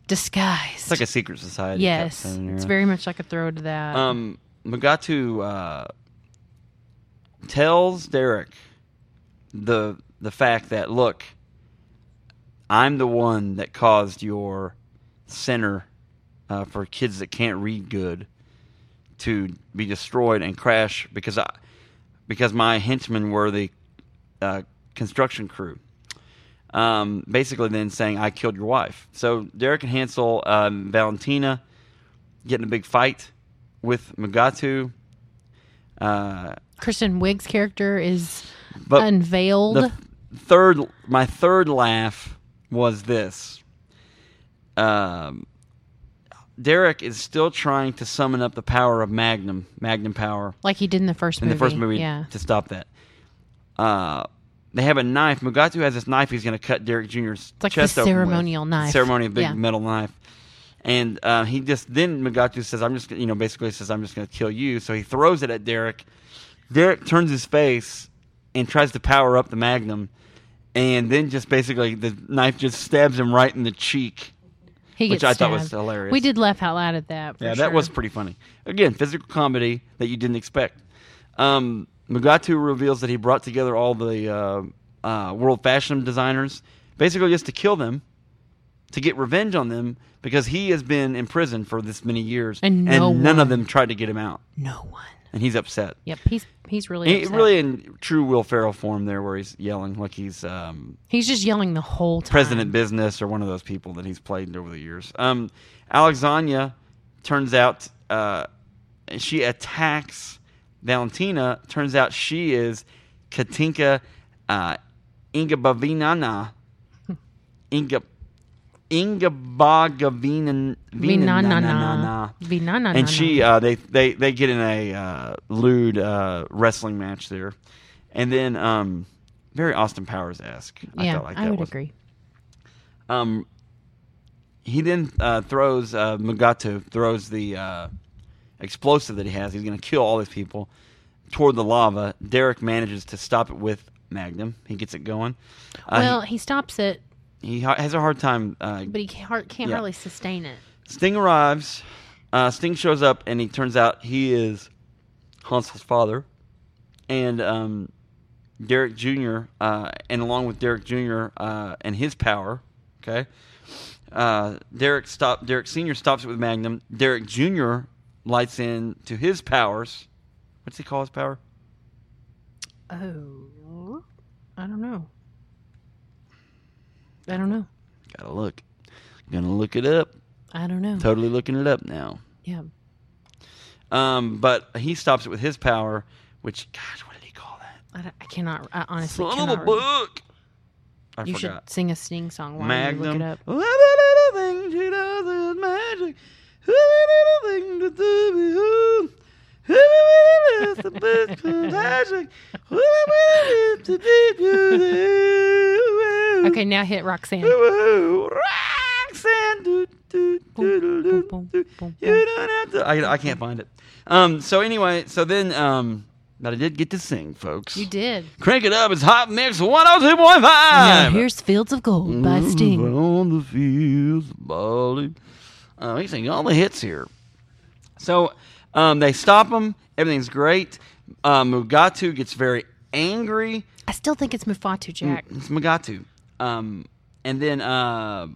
S2: disguised.
S1: it's like a secret society. type
S2: yes,
S1: thing,
S2: it's
S1: yeah.
S2: very much like a throw to that.
S1: Um, Mugatu uh, tells Derek the the fact that look, I'm the one that caused your center uh, for kids that can't read good to be destroyed and crash because I because my henchmen were the uh, construction crew. Um, basically, then saying I killed your wife. So Derek and Hansel, um, Valentina, get in a big fight with Mugatu. Uh,
S2: Kristen Wiig's character is
S1: but
S2: unveiled.
S1: the third, my third laugh was this. Um, Derek is still trying to summon up the power of Magnum, Magnum power
S2: like he did in the first
S1: in
S2: movie.
S1: the first movie
S2: Yeah.
S1: to stop that. Uh, they have a knife. Mugatu has this knife. He's going to cut Derek Jr.'s
S2: like the
S1: chest open with.
S2: ceremonial knife.
S1: ceremonial big
S2: Yeah.
S1: metal knife. And uh, he just then Mugatu says, "I'm just gonna-" you know basically says I'm just going to kill you." So he throws it at Derek. Derek turns his face and tries to power up the Magnum, and then just basically the knife just stabs him right in the cheek.
S2: He
S1: which
S2: gets
S1: I thought was
S2: stabbed.
S1: hilarious.
S2: We did laugh out loud at that. for
S1: Yeah, that
S2: sure.
S1: was pretty funny. Again, physical comedy that you didn't expect. Um, Mugatu reveals that he brought together all the uh, uh, world fashion designers, basically just to kill them, to get revenge on them, because he has been in prison for this many years,
S2: And no
S1: none
S2: one-
S1: of them tried to get him out,
S2: no one.
S1: and he's upset.
S2: Yep, he's he's really
S1: He-
S2: upset.
S1: really in true Will Ferrell form there, where he's yelling like he's um,
S2: He's just yelling the whole time.
S1: President Business or one of those people that he's played over the years. Um, Alexania turns out uh, she attacks Valentina. Turns out she is Katinka uh, Ingabavinana. Inga Ingeborg
S2: Vinanana.
S1: Vinanana.
S2: Vinanana.
S1: And she, uh, they, they, they get in a uh, lewd uh, wrestling match there, and then um, very Austin Powers esque. I
S2: yeah,
S1: felt like that
S2: I would
S1: was.
S2: agree.
S1: Um, he then uh, throws uh, Mugato throws the uh, explosive that he has. He's going to kill all these people toward the lava. Derek manages to stop it with Magnum. He gets it going. Uh,
S2: well, he stops it,
S1: he, he ha- has a hard time. Uh,
S2: but he can't, can't
S1: Yeah.
S2: hardly sustain it.
S1: Sting arrives. Uh, Sting shows up, and he turns out he is Hansel's father, and um, Derek Jr. Uh, and along with Derek Jr. Uh, and his power, okay. Uh, Derek stop. Derek Senior stops it with Magnum. Derek Jr. lights in to his powers. What's he call his power?
S2: Oh, I don't know. I don't know.
S1: Gotta look. Gonna look it up.
S2: I don't know.
S1: Totally looking it up now.
S2: Yeah.
S1: Um, but he stops it with his power, which gosh, what did he call that?
S2: I, don't- I cannot. I honestly
S1: Son
S2: cannot.
S1: of a
S2: remember.
S1: book. I
S2: you
S1: forgot.
S2: should sing a sting song while you look
S1: Magnum.
S2: it up.
S1: Every little thing she does is magic. Every little thing to do be who. Every little is the best magic. Every little is to be beautiful.
S2: Okay, now hit Roxanne.
S1: Woo-hoo. Roxanne. Do, do, do, do, do,
S2: Boom, boom,
S1: do.
S2: boom,
S1: You don't have to. I, I can't find it. Um. So anyway, so then um. But I did get to sing, folks.
S2: You did.
S1: Crank it up. It's Hot Mix 102.5.
S2: Now here's Fields of Gold by Sting.
S1: On the fields, of barley. Uh, he's singing all the hits here. So um, they stop him. Everything's great. Uh, Mugatu gets very angry.
S2: I still think it's Mufatu, Jack.
S1: It's Mugatu. Um, and then uh,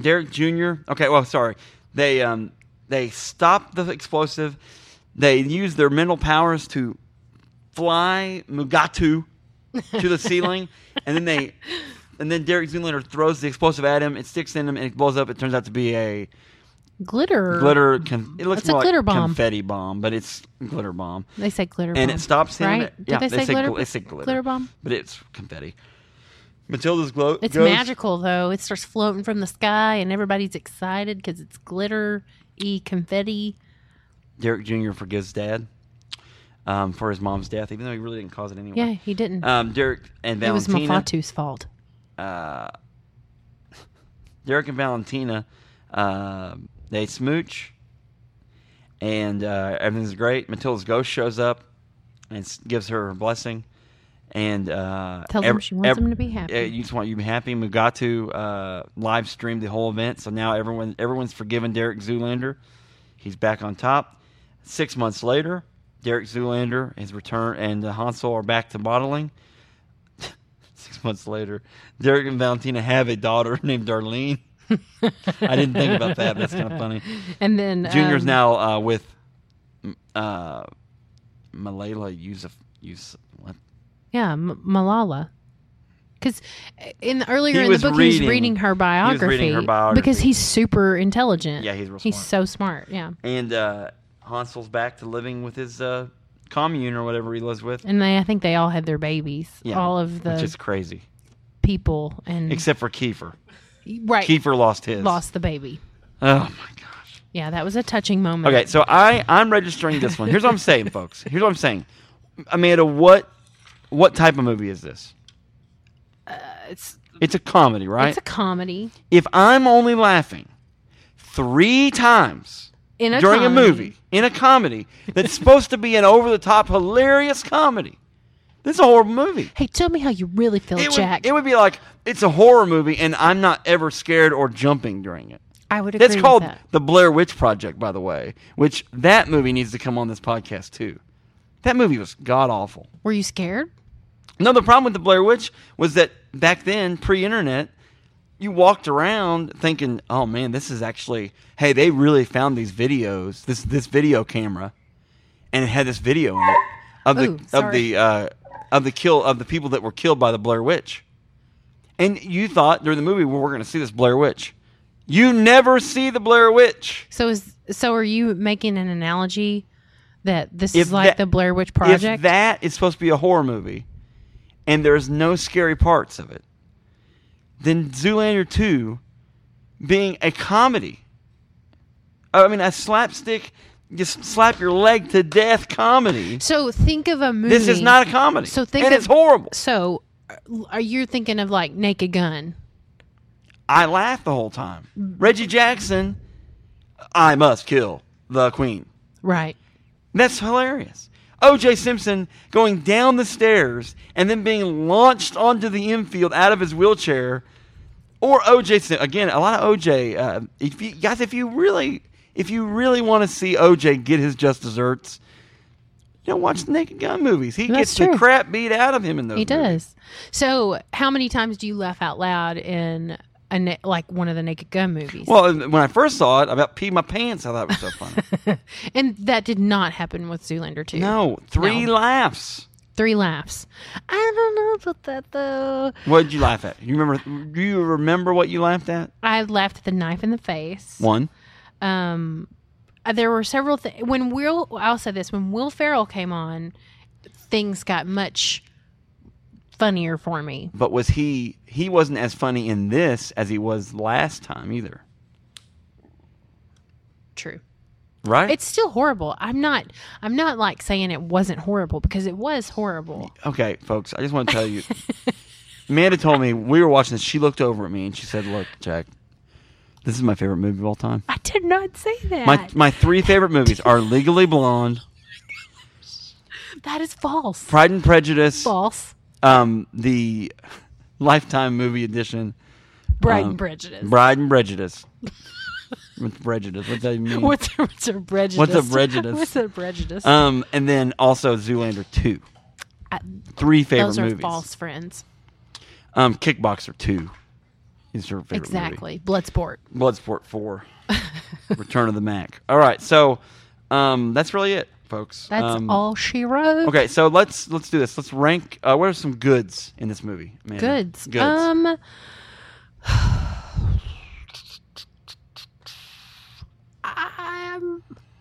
S1: Derek Jr. Okay, well, sorry. They um, they stop the explosive. They use their mental powers to fly Mugatu to the ceiling, and then they and then Derek Zoolander throws the explosive at him. It sticks in him, and it blows up. It turns out to be a
S2: Glitter.
S1: glitter. Con- it looks
S2: It's a
S1: more
S2: glitter
S1: like
S2: bomb.
S1: confetti bomb, but it's glitter bomb.
S2: They say glitter bomb.
S1: And it stops him.
S2: Right?
S1: at-
S2: Did
S1: yeah,
S2: they, say
S1: said
S2: glitter,
S1: gl- they said glitter.
S2: glitter bomb?
S1: But it's confetti. Matilda's glow.
S2: It's
S1: goes-
S2: magical though. It starts floating from the sky, and everybody's excited because it's glitter e confetti.
S1: Derek Jr. forgives Dad um, for his mom's death, even though he really didn't cause it
S2: Yeah,
S1: anyway.
S2: he didn't.
S1: Um, Derek and
S2: it was
S1: Valentina.
S2: Mufatu's fault.
S1: uh, Derek and Valentina, uh, they smooch, and uh, everything's great. Matilda's ghost shows up and s- gives her her blessing, and uh,
S2: Tells him
S1: ev-
S2: she wants
S1: ev-
S2: him to be happy.
S1: Yeah, you just want you to be happy. Mugatu uh, live streamed the whole event, so now everyone everyone's forgiven Derek Zoolander. He's back on top. Six months later, Derek Zoolander his return and uh, Hansel are back to modeling. Six months later, Derek and Valentina have a daughter named Darlene. I didn't think about that. but That's kind of funny.
S2: and then
S1: Junior's
S2: um,
S1: now uh, with m- uh, Malala Yusuf. Yusuf what?
S2: Yeah, M- Malala. Because in the, earlier
S1: He
S2: in the
S1: was
S2: book, he
S1: reading-
S2: was reading her
S1: he was
S2: biography.
S1: reading her
S2: Because
S1: biography.
S2: he's super intelligent.
S1: Yeah, he's real
S2: He's
S1: smart.
S2: so smart. Yeah,
S1: And uh, Hansel's back to living with his uh, commune or whatever he lives with,
S2: and they, I think they all had their babies.
S1: Yeah,
S2: all of the Mm-hmm.
S1: which is crazy.
S2: people and
S1: Except for Kiefer.
S2: right
S1: Kiefer lost his.
S2: lost the baby.
S1: Oh my gosh.
S2: Yeah, that was a touching moment.
S1: Okay, so I I'm registering this one. Here's what I'm saying, folks. Here's what I'm saying. Amanda, what what type of movie is this?
S2: Uh, it's
S1: It's a comedy, right?
S2: it's a comedy
S1: if I'm only laughing three times
S2: in a
S1: during
S2: comedy.
S1: a movie in a comedy that's supposed to be an over the top hilarious comedy, this is a horrible movie.
S2: Hey, tell me how you really feel,
S1: It
S2: Oh, Jack.
S1: would, it would be like it's a horror movie and I'm not ever scared or jumping during it.
S2: I would agree.
S1: That's called
S2: With that.
S1: the Blair Witch Project, by the way. Which that movie needs to come on this podcast too. That movie was god awful.
S2: Were you scared?
S1: No, the problem with the Blair Witch was that back then, pre-internet, you walked around thinking, "Oh man, this is actually hey, they really found these videos. This this video camera, and it had this video in it of the
S2: Ooh,
S1: of
S2: sorry.
S1: the uh, of the kill of the people that were killed by the Blair Witch." And you thought during the movie, well, we're going to see this Blair Witch. You never see the Blair Witch.
S2: So is so are you making an analogy that this
S1: If
S2: is like
S1: that-
S2: the Blair Witch
S1: If
S2: Project?
S1: that is supposed to be a horror movie, and there's no scary parts of it, then Zoolander two being a comedy. I mean, a slapstick, just slap your leg to death comedy.
S2: So think of a movie.
S1: This is not a comedy.
S2: So think
S1: and
S2: of-
S1: it's horrible.
S2: So uh, are you thinking of like Naked Gun?
S1: I laughed the whole time. Reggie Jackson, I must kill the queen.
S2: Right.
S1: That's hilarious. O.J. Simpson going down the stairs and then being launched onto the infield out of his wheelchair, or O.J. Sim- again. A lot of O.J. Uh, if you guys, if you really, if you really want to see O.J. get his just desserts, you know, watch the Naked Gun movies. He
S2: That's
S1: gets
S2: true.
S1: the crap beat out of him in those.
S2: He
S1: movies.
S2: does. So how many times do you laugh out loud in a na- like one of the Naked Gun movies?
S1: Well, when I first saw it, I about peed my pants. I thought it was so funny.
S2: and that did not happen with Zoolander 2.
S1: no, three
S2: No.
S1: laughs.
S2: Three laughs. I don't know about that though.
S1: What did you laugh at? You remember? Do you remember what you laughed at?
S2: I laughed at the knife in the face.
S1: One.
S2: um uh, there were several things when will i'll say this when will farrell came on things got much funnier for me
S1: But was he he wasn't as funny in this as he was last time either.
S2: true
S1: Right?
S2: it's still horrible i'm not i'm not like saying it wasn't horrible because it was horrible
S1: okay, folks, I just want to tell you Amanda told me we were watching this, she looked over at me and she said, Look, Jack, this is my favorite movie of all time.
S2: i did not say that
S1: My my three favorite movies are Legally Blonde,
S2: that is false
S1: Pride and Prejudice,
S2: false
S1: um, the Lifetime movie edition,
S2: bride
S1: Um,
S2: and prejudice
S1: Bride and Prejudice. What's prejudice? What does that mean?
S2: what's a, what's a prejudice
S1: What's a prejudice?
S2: what's a prejudice
S1: um, and then also Zoolander two.
S2: I-
S1: Three favorite
S2: those are
S1: movies.
S2: false friends
S1: Um, Kickboxer two is her favorite
S2: exactly bloodsport
S1: movie. Bloodsport four, Return of the Mac. All right, so um, that's really it, folks.
S2: that's
S1: Um,
S2: all she wrote
S1: Okay, so let's let's do this. Let's rank. Uh, what are some goods in this movie? Amanda?
S2: goods.
S1: Goods.
S2: Um, I,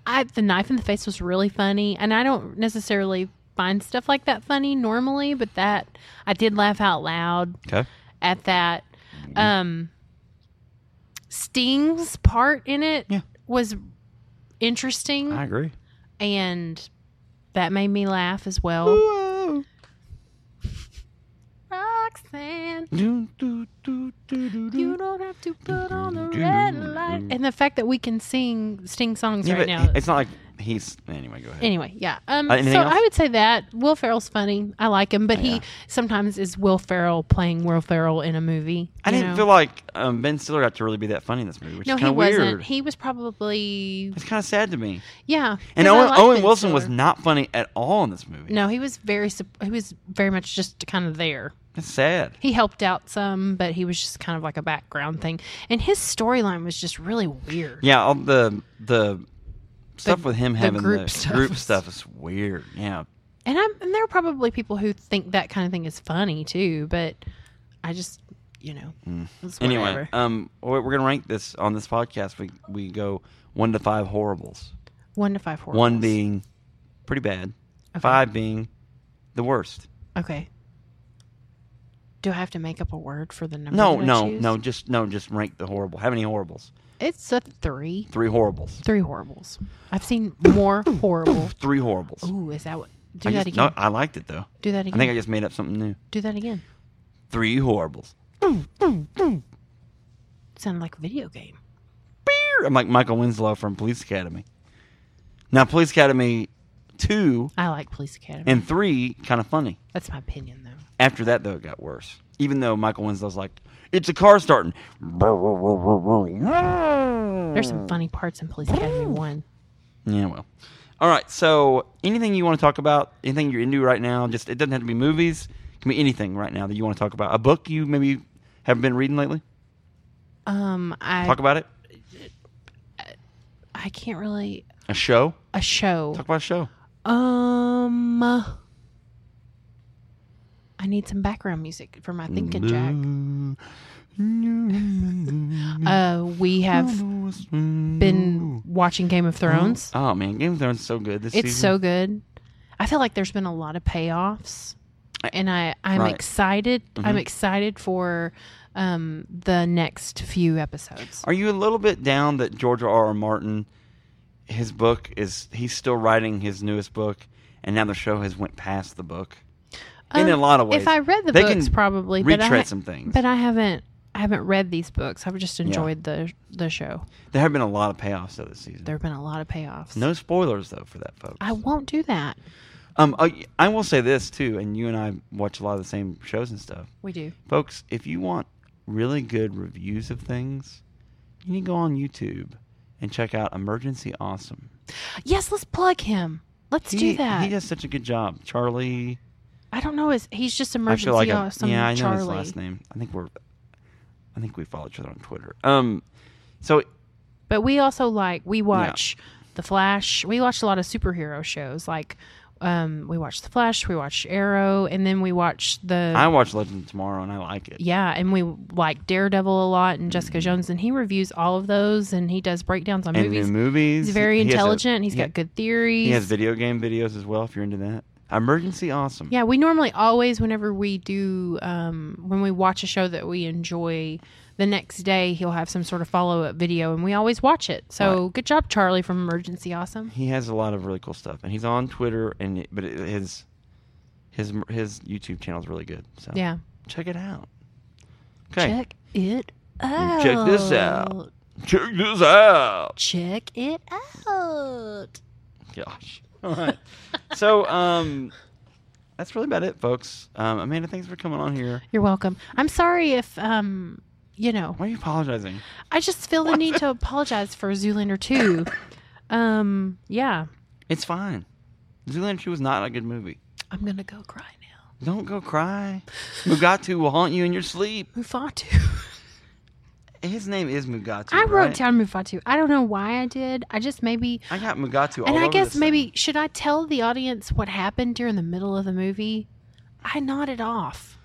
S2: I, the knife in the face was really funny, and I don't necessarily find stuff like that funny normally, but that I did laugh out loud
S1: okay.
S2: at that.
S1: Mm-hmm.
S2: Um, Sting's part in it
S1: Yeah.
S2: was interesting,
S1: I agree.
S2: and that made me laugh as well.
S1: Whoa.
S2: Roxanne.
S1: Do, do, do, do, do, do.
S2: You don't have to put on the red light. Mm-hmm. And the fact that we can sing Sting songs
S1: Yeah,
S2: right
S1: but
S2: now.
S1: It's not like he's anyway. Go ahead.
S2: Anyway, yeah. Um,
S1: Uh,
S2: so
S1: anything else?
S2: I would say that Will Ferrell's funny. I like him, but
S1: Yeah.
S2: he sometimes is Will Ferrell playing Will Ferrell in a movie.
S1: I
S2: you
S1: didn't
S2: know?
S1: feel like um, Ben Stiller got to really be that funny in this movie, which
S2: no,
S1: is
S2: he
S1: kind of weird.
S2: wasn't. He was probably
S1: it's kind of sad to me.
S2: yeah.
S1: And
S2: 'cause I
S1: Owen,
S2: like
S1: Owen
S2: Ben
S1: Wilson was
S2: Stiller.
S1: not funny at all in this movie.
S2: No, he was very. sup- He was very much just kind of there.
S1: That's sad.
S2: He helped out some, but he was just kind of like a background thing. And his storyline was just really weird.
S1: Yeah, all the the stuff with him
S2: the
S1: having
S2: group
S1: the
S2: stuff
S1: group
S2: was-
S1: stuff is weird. Yeah,
S2: and I'm and there are probably people who think that kind of thing is funny too, but I just you know it's
S1: Mm. Anyway,
S2: whatever.
S1: um, we're we're gonna rank this on this podcast. We we go one to five horribles.
S2: one to five horribles.
S1: One being pretty bad.
S2: Okay.
S1: Five being the worst.
S2: okay. Do I have to make up a word for the number?
S1: No,
S2: that I
S1: no,
S2: choose?
S1: no. Just no. Just rank the horrible. How many horribles?
S2: It's a three,
S1: Three horribles.
S2: three horribles. I've seen more horrible.
S1: Three horribles.
S2: Ooh, is that what? Do
S1: I
S2: that
S1: just-
S2: again.
S1: No, I liked it though.
S2: do that again.
S1: I think I just made up something new.
S2: do that again.
S1: Three horribles.
S2: Sounded like a video game.
S1: Beer. I'm like Michael Winslow from Police Academy. Now, Police Academy two
S2: I like Police Academy.
S1: and three kind of funny.
S2: That's my opinion, though.
S1: After that, though, it got worse. Even though Michael Winslow's like, "It's a car starting."
S2: There's
S1: Mm.
S2: some funny parts in Police Academy one.
S1: Yeah, well. All right. So, anything you want to talk about? Anything you're into right now? Just it doesn't have to be movies. It can be anything right now that you want to talk about. A book you maybe have been reading lately.
S2: Um, I
S1: Talk about it.
S2: I can't really
S1: A show.
S2: a show.
S1: Talk about a show.
S2: Um, I need some background music for my thinking jack. Uh, we have been watching Game of Thrones.
S1: Oh man, Game of Thrones is so good this
S2: It's
S1: season.
S2: so good. I feel like there's been a lot of payoffs, and I I'm
S1: Right. Mm-hmm.
S2: excited. I'm excited for um, the next few episodes.
S1: Are you a little bit down that George R. R. Martin, his book is he's still writing his newest book, and now the show has went past the book in a
S2: Um,
S1: lot of ways.
S2: If I read the
S1: They
S2: books,
S1: can
S2: probably but I,
S1: retread
S2: ha-
S1: some things.
S2: but I haven't. I haven't read these books. I've just enjoyed the the show.
S1: there have been a lot of payoffs though this season.
S2: There have been a lot of payoffs.
S1: no spoilers though for that, folks.
S2: I won't do that.
S1: um, I, I will say this too, and you and I watch a lot of the same shows and stuff,
S2: We do.
S1: folks. If you want really good reviews of things, you need to go on YouTube and check out Emergency Awesome.
S2: Yes, let's plug him. Let's
S1: He-
S2: do that.
S1: He does such a good job, Charlie.
S2: I don't know. His, he's just
S1: I
S2: emergency
S1: feel like I-
S2: awesome.
S1: yeah, I know
S2: Charlie.
S1: his last name. I think we're, I think we follow each other on Twitter. Um, so
S2: But we also like we watch The Flash. We watch a lot of superhero shows. Like um, we watch The Flash, we watch Arrow, and then we watch the
S1: I watch Legend of Tomorrow and I like it.
S2: yeah, and we like Daredevil a lot and Jessica Jones, and he reviews all of those and he does breakdowns on
S1: Mm-hmm. and
S2: movies.
S1: new movies.
S2: He's very
S1: he has a-
S2: intelligent. He's
S1: he-
S2: got good theories.
S1: He has video game videos as well. If you're into that, Emergency Awesome.
S2: Yeah, we normally always, whenever we do, um, when we watch a show that we enjoy, the next day he'll have some sort of follow up video, and we always watch it. So good job, Charlie from Emergency Awesome.
S1: He has a lot of really cool stuff, and he's on Twitter. And it- but it, his his his YouTube channel is really good. So
S2: Yeah,
S1: check it out. Okay,
S2: check it out.
S1: Check this out. check this out.
S2: Check it out.
S1: Gosh. All right. so, um, that's really about it, folks. Um, Amanda, thanks for coming on here.
S2: You're welcome. I'm sorry if um, you know,
S1: Why are you apologizing?
S2: I just feel the need to apologize for Zoolander two. Um, yeah,
S1: It's fine. Zoolander 2 was not a good movie.
S2: I'm gonna go cry now.
S1: Don't go cry. Mugatu will haunt you in your sleep.
S2: Mufatu.
S1: His name is Mugatu.
S2: I
S1: right?
S2: wrote down Mufatu. I don't know why I did. I just maybe,
S1: I got Mugatu all
S2: and I
S1: over
S2: guess
S1: this
S2: maybe
S1: thing.
S2: should I tell the audience what happened during the middle of the movie? I nodded off.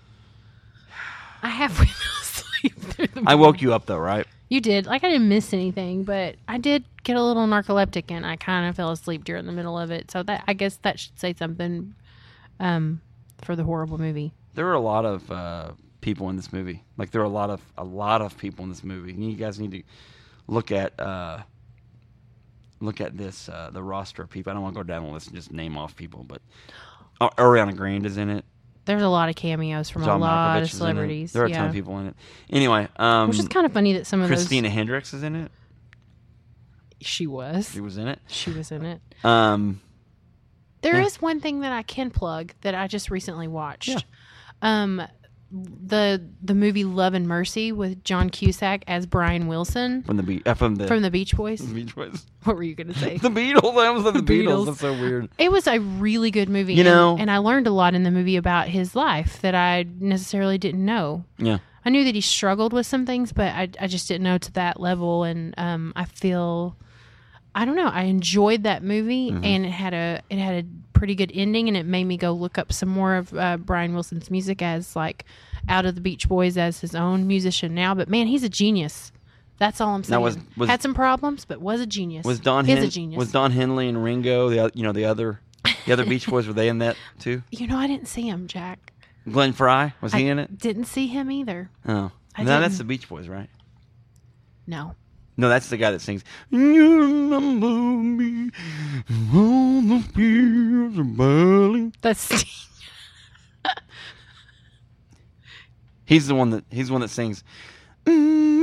S2: I halfway fell asleep. Through the
S1: I woke you up though, right?
S2: You did. Like I didn't miss anything, but I did get a little narcoleptic, and I kind of fell asleep during the middle of it. So that I guess that should say something, um, for the horrible movie.
S1: There were a lot of uh, people in this movie. Like there were a lot of a lot of people in this movie. You guys need to look at uh, look at this uh, the roster of people. I don't want to go down the list and just name off people, but uh, Ariana Grande is in it.
S2: There's a lot of cameos from
S1: John
S2: a lot
S1: Malkovich
S2: of celebrities.
S1: Is in it. There are
S2: yeah.
S1: a ton of people in it. Anyway, um,
S2: Which is kind of funny that some of
S1: Christina Hendricks is in it.
S2: those she was.
S1: She was in it.
S2: She was in it.
S1: Um,
S2: There is
S1: Yeah.
S2: one thing that I can plug that I just recently watched.
S1: Yeah.
S2: Um the the movie Love and Mercy with John Cusack as Brian Wilson
S1: from the Be- uh, from the,
S2: from the Beach Boys.
S1: the Beach Boys.
S2: What were you going to say?
S1: Mm-hmm. The Beatles. I almost said the Beatles.
S2: Beatles.
S1: That's so weird.
S2: It was a really good movie.
S1: You
S2: and-
S1: know-
S2: and, I learned a lot in the movie about his life that I necessarily didn't know.
S1: Yeah.
S2: I knew that he struggled with some things, but I, I just didn't know to that level. And um, I feel, I don't know, I enjoyed that movie,
S1: Mm-hmm.
S2: and it had a it had a pretty good ending, and it made me go look up some more of uh, Brian Wilson's music as like out of the Beach Boys as his own musician now. But man, he's a genius. That's all I'm saying.
S1: Now, was- was-
S2: had some problems, but was a genius.
S1: Was Don
S2: He's a
S1: Hen-
S2: genius.
S1: was Don Henley and Ringo the oth- you know the other the other Beach Boys were they in that too?
S2: you know, I didn't see him, Jack.
S1: Glenn Fry was he
S2: I
S1: in it?
S2: Didn't see him either.
S1: Oh,
S2: I
S1: no, that's
S2: didn't.
S1: the Beach Boys, right?
S2: No.
S1: No, that's the guy that sings. You remember me on the fields of Berlin.
S2: That's Sting.
S1: He's the one that he's the one that sings. "Mm,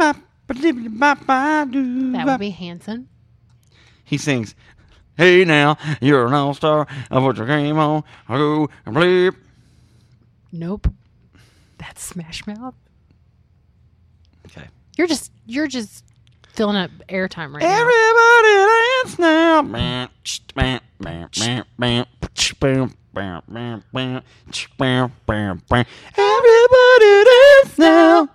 S1: That
S2: that would be Hanson.
S1: He sings. Hey now, you're an all star. I put your game on. I go and bleep.
S2: Nope. That's Smash Mouth.
S1: Okay.
S2: You're just you're just filling up airtime right now.
S1: Everybody dance now. Bam, ch, bam, bam, bam, bam, ch, bam, bam, bam, bam, ch, bam, bam, bam. Everybody dance now.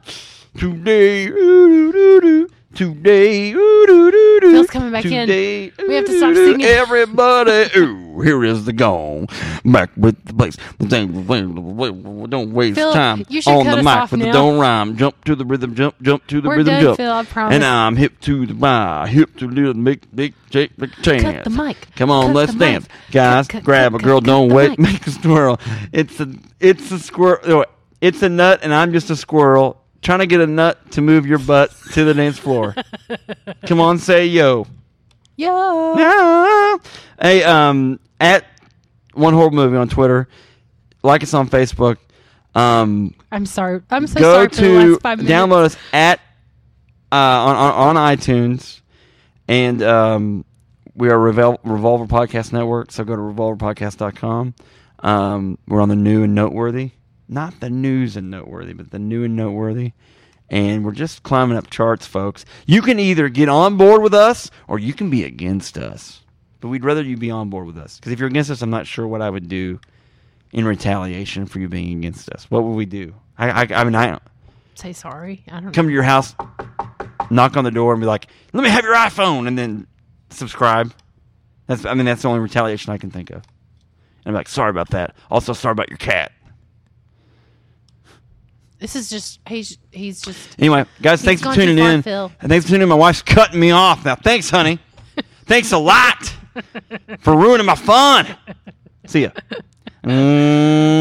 S1: Today, ooh, doo, doo, doo. Today, ooh, doo, doo, doo.
S2: Bill's coming back in.
S1: Today, in.
S2: We have to stop singing.
S1: Everybody, ooh, here is the gong. Back with the bass. Don't waste
S2: Phil,
S1: time
S2: you should
S1: on
S2: cut
S1: the
S2: us
S1: mic
S2: off
S1: for the
S2: now.
S1: don't rhyme. Jump to the rhythm, jump, jump to the
S2: We're
S1: rhythm,
S2: done,
S1: jump.
S2: Phil, I promise.
S1: And I'm hip to the bar, hip to the big, big, shake, big chance.
S2: the mic.
S1: Come on,
S2: Cut
S1: let's
S2: the mic.
S1: dance, guys.
S2: Cut, cut,
S1: grab
S2: cut,
S1: a girl,
S2: cut,
S1: don't
S2: cut the
S1: wait,
S2: mic.
S1: oh, make a swirl. It's a, it's a squirrel. It's a nut, and I'm just a squirrel. trying to get a nut to move your butt to the dance floor. Come on, say yo.
S2: Yo.
S1: Yeah. Hey, um, at one horror movie on Twitter, like us on Facebook. Um,
S2: I'm sorry. I'm so
S1: go
S2: sorry for the
S1: to
S2: last five minutes.
S1: download us at uh, on, on on iTunes, and um, we are Revol- Revolver Podcast Network. So go to revolverpodcast.com. Um, we're on the new and noteworthy, not the news and noteworthy, but the new and noteworthy. And we're just climbing up charts, folks. You can either get on board with us or you can be against us. But we'd rather you be on board with us. Because if you're against us, I'm not sure what I would do in retaliation for you being against us. What would we do? I, I, I mean, I
S2: Say sorry. I don't
S1: come to your house, knock on the door, and be like, "Let me have your iPhone," and then subscribe. That's I mean, that's the only retaliation I can think of. And I'm like, "Sorry about that. Also, sorry about your cat."
S2: know. This is just he's he's just
S1: Anyway, guys, thanks for
S2: gone too
S1: tuning
S2: far,
S1: in.
S2: Phil.
S1: And thanks for tuning in. My wife's cutting me off now. Thanks, honey. thanks a lot for ruining my fun. See ya. Mm. Mm-hmm.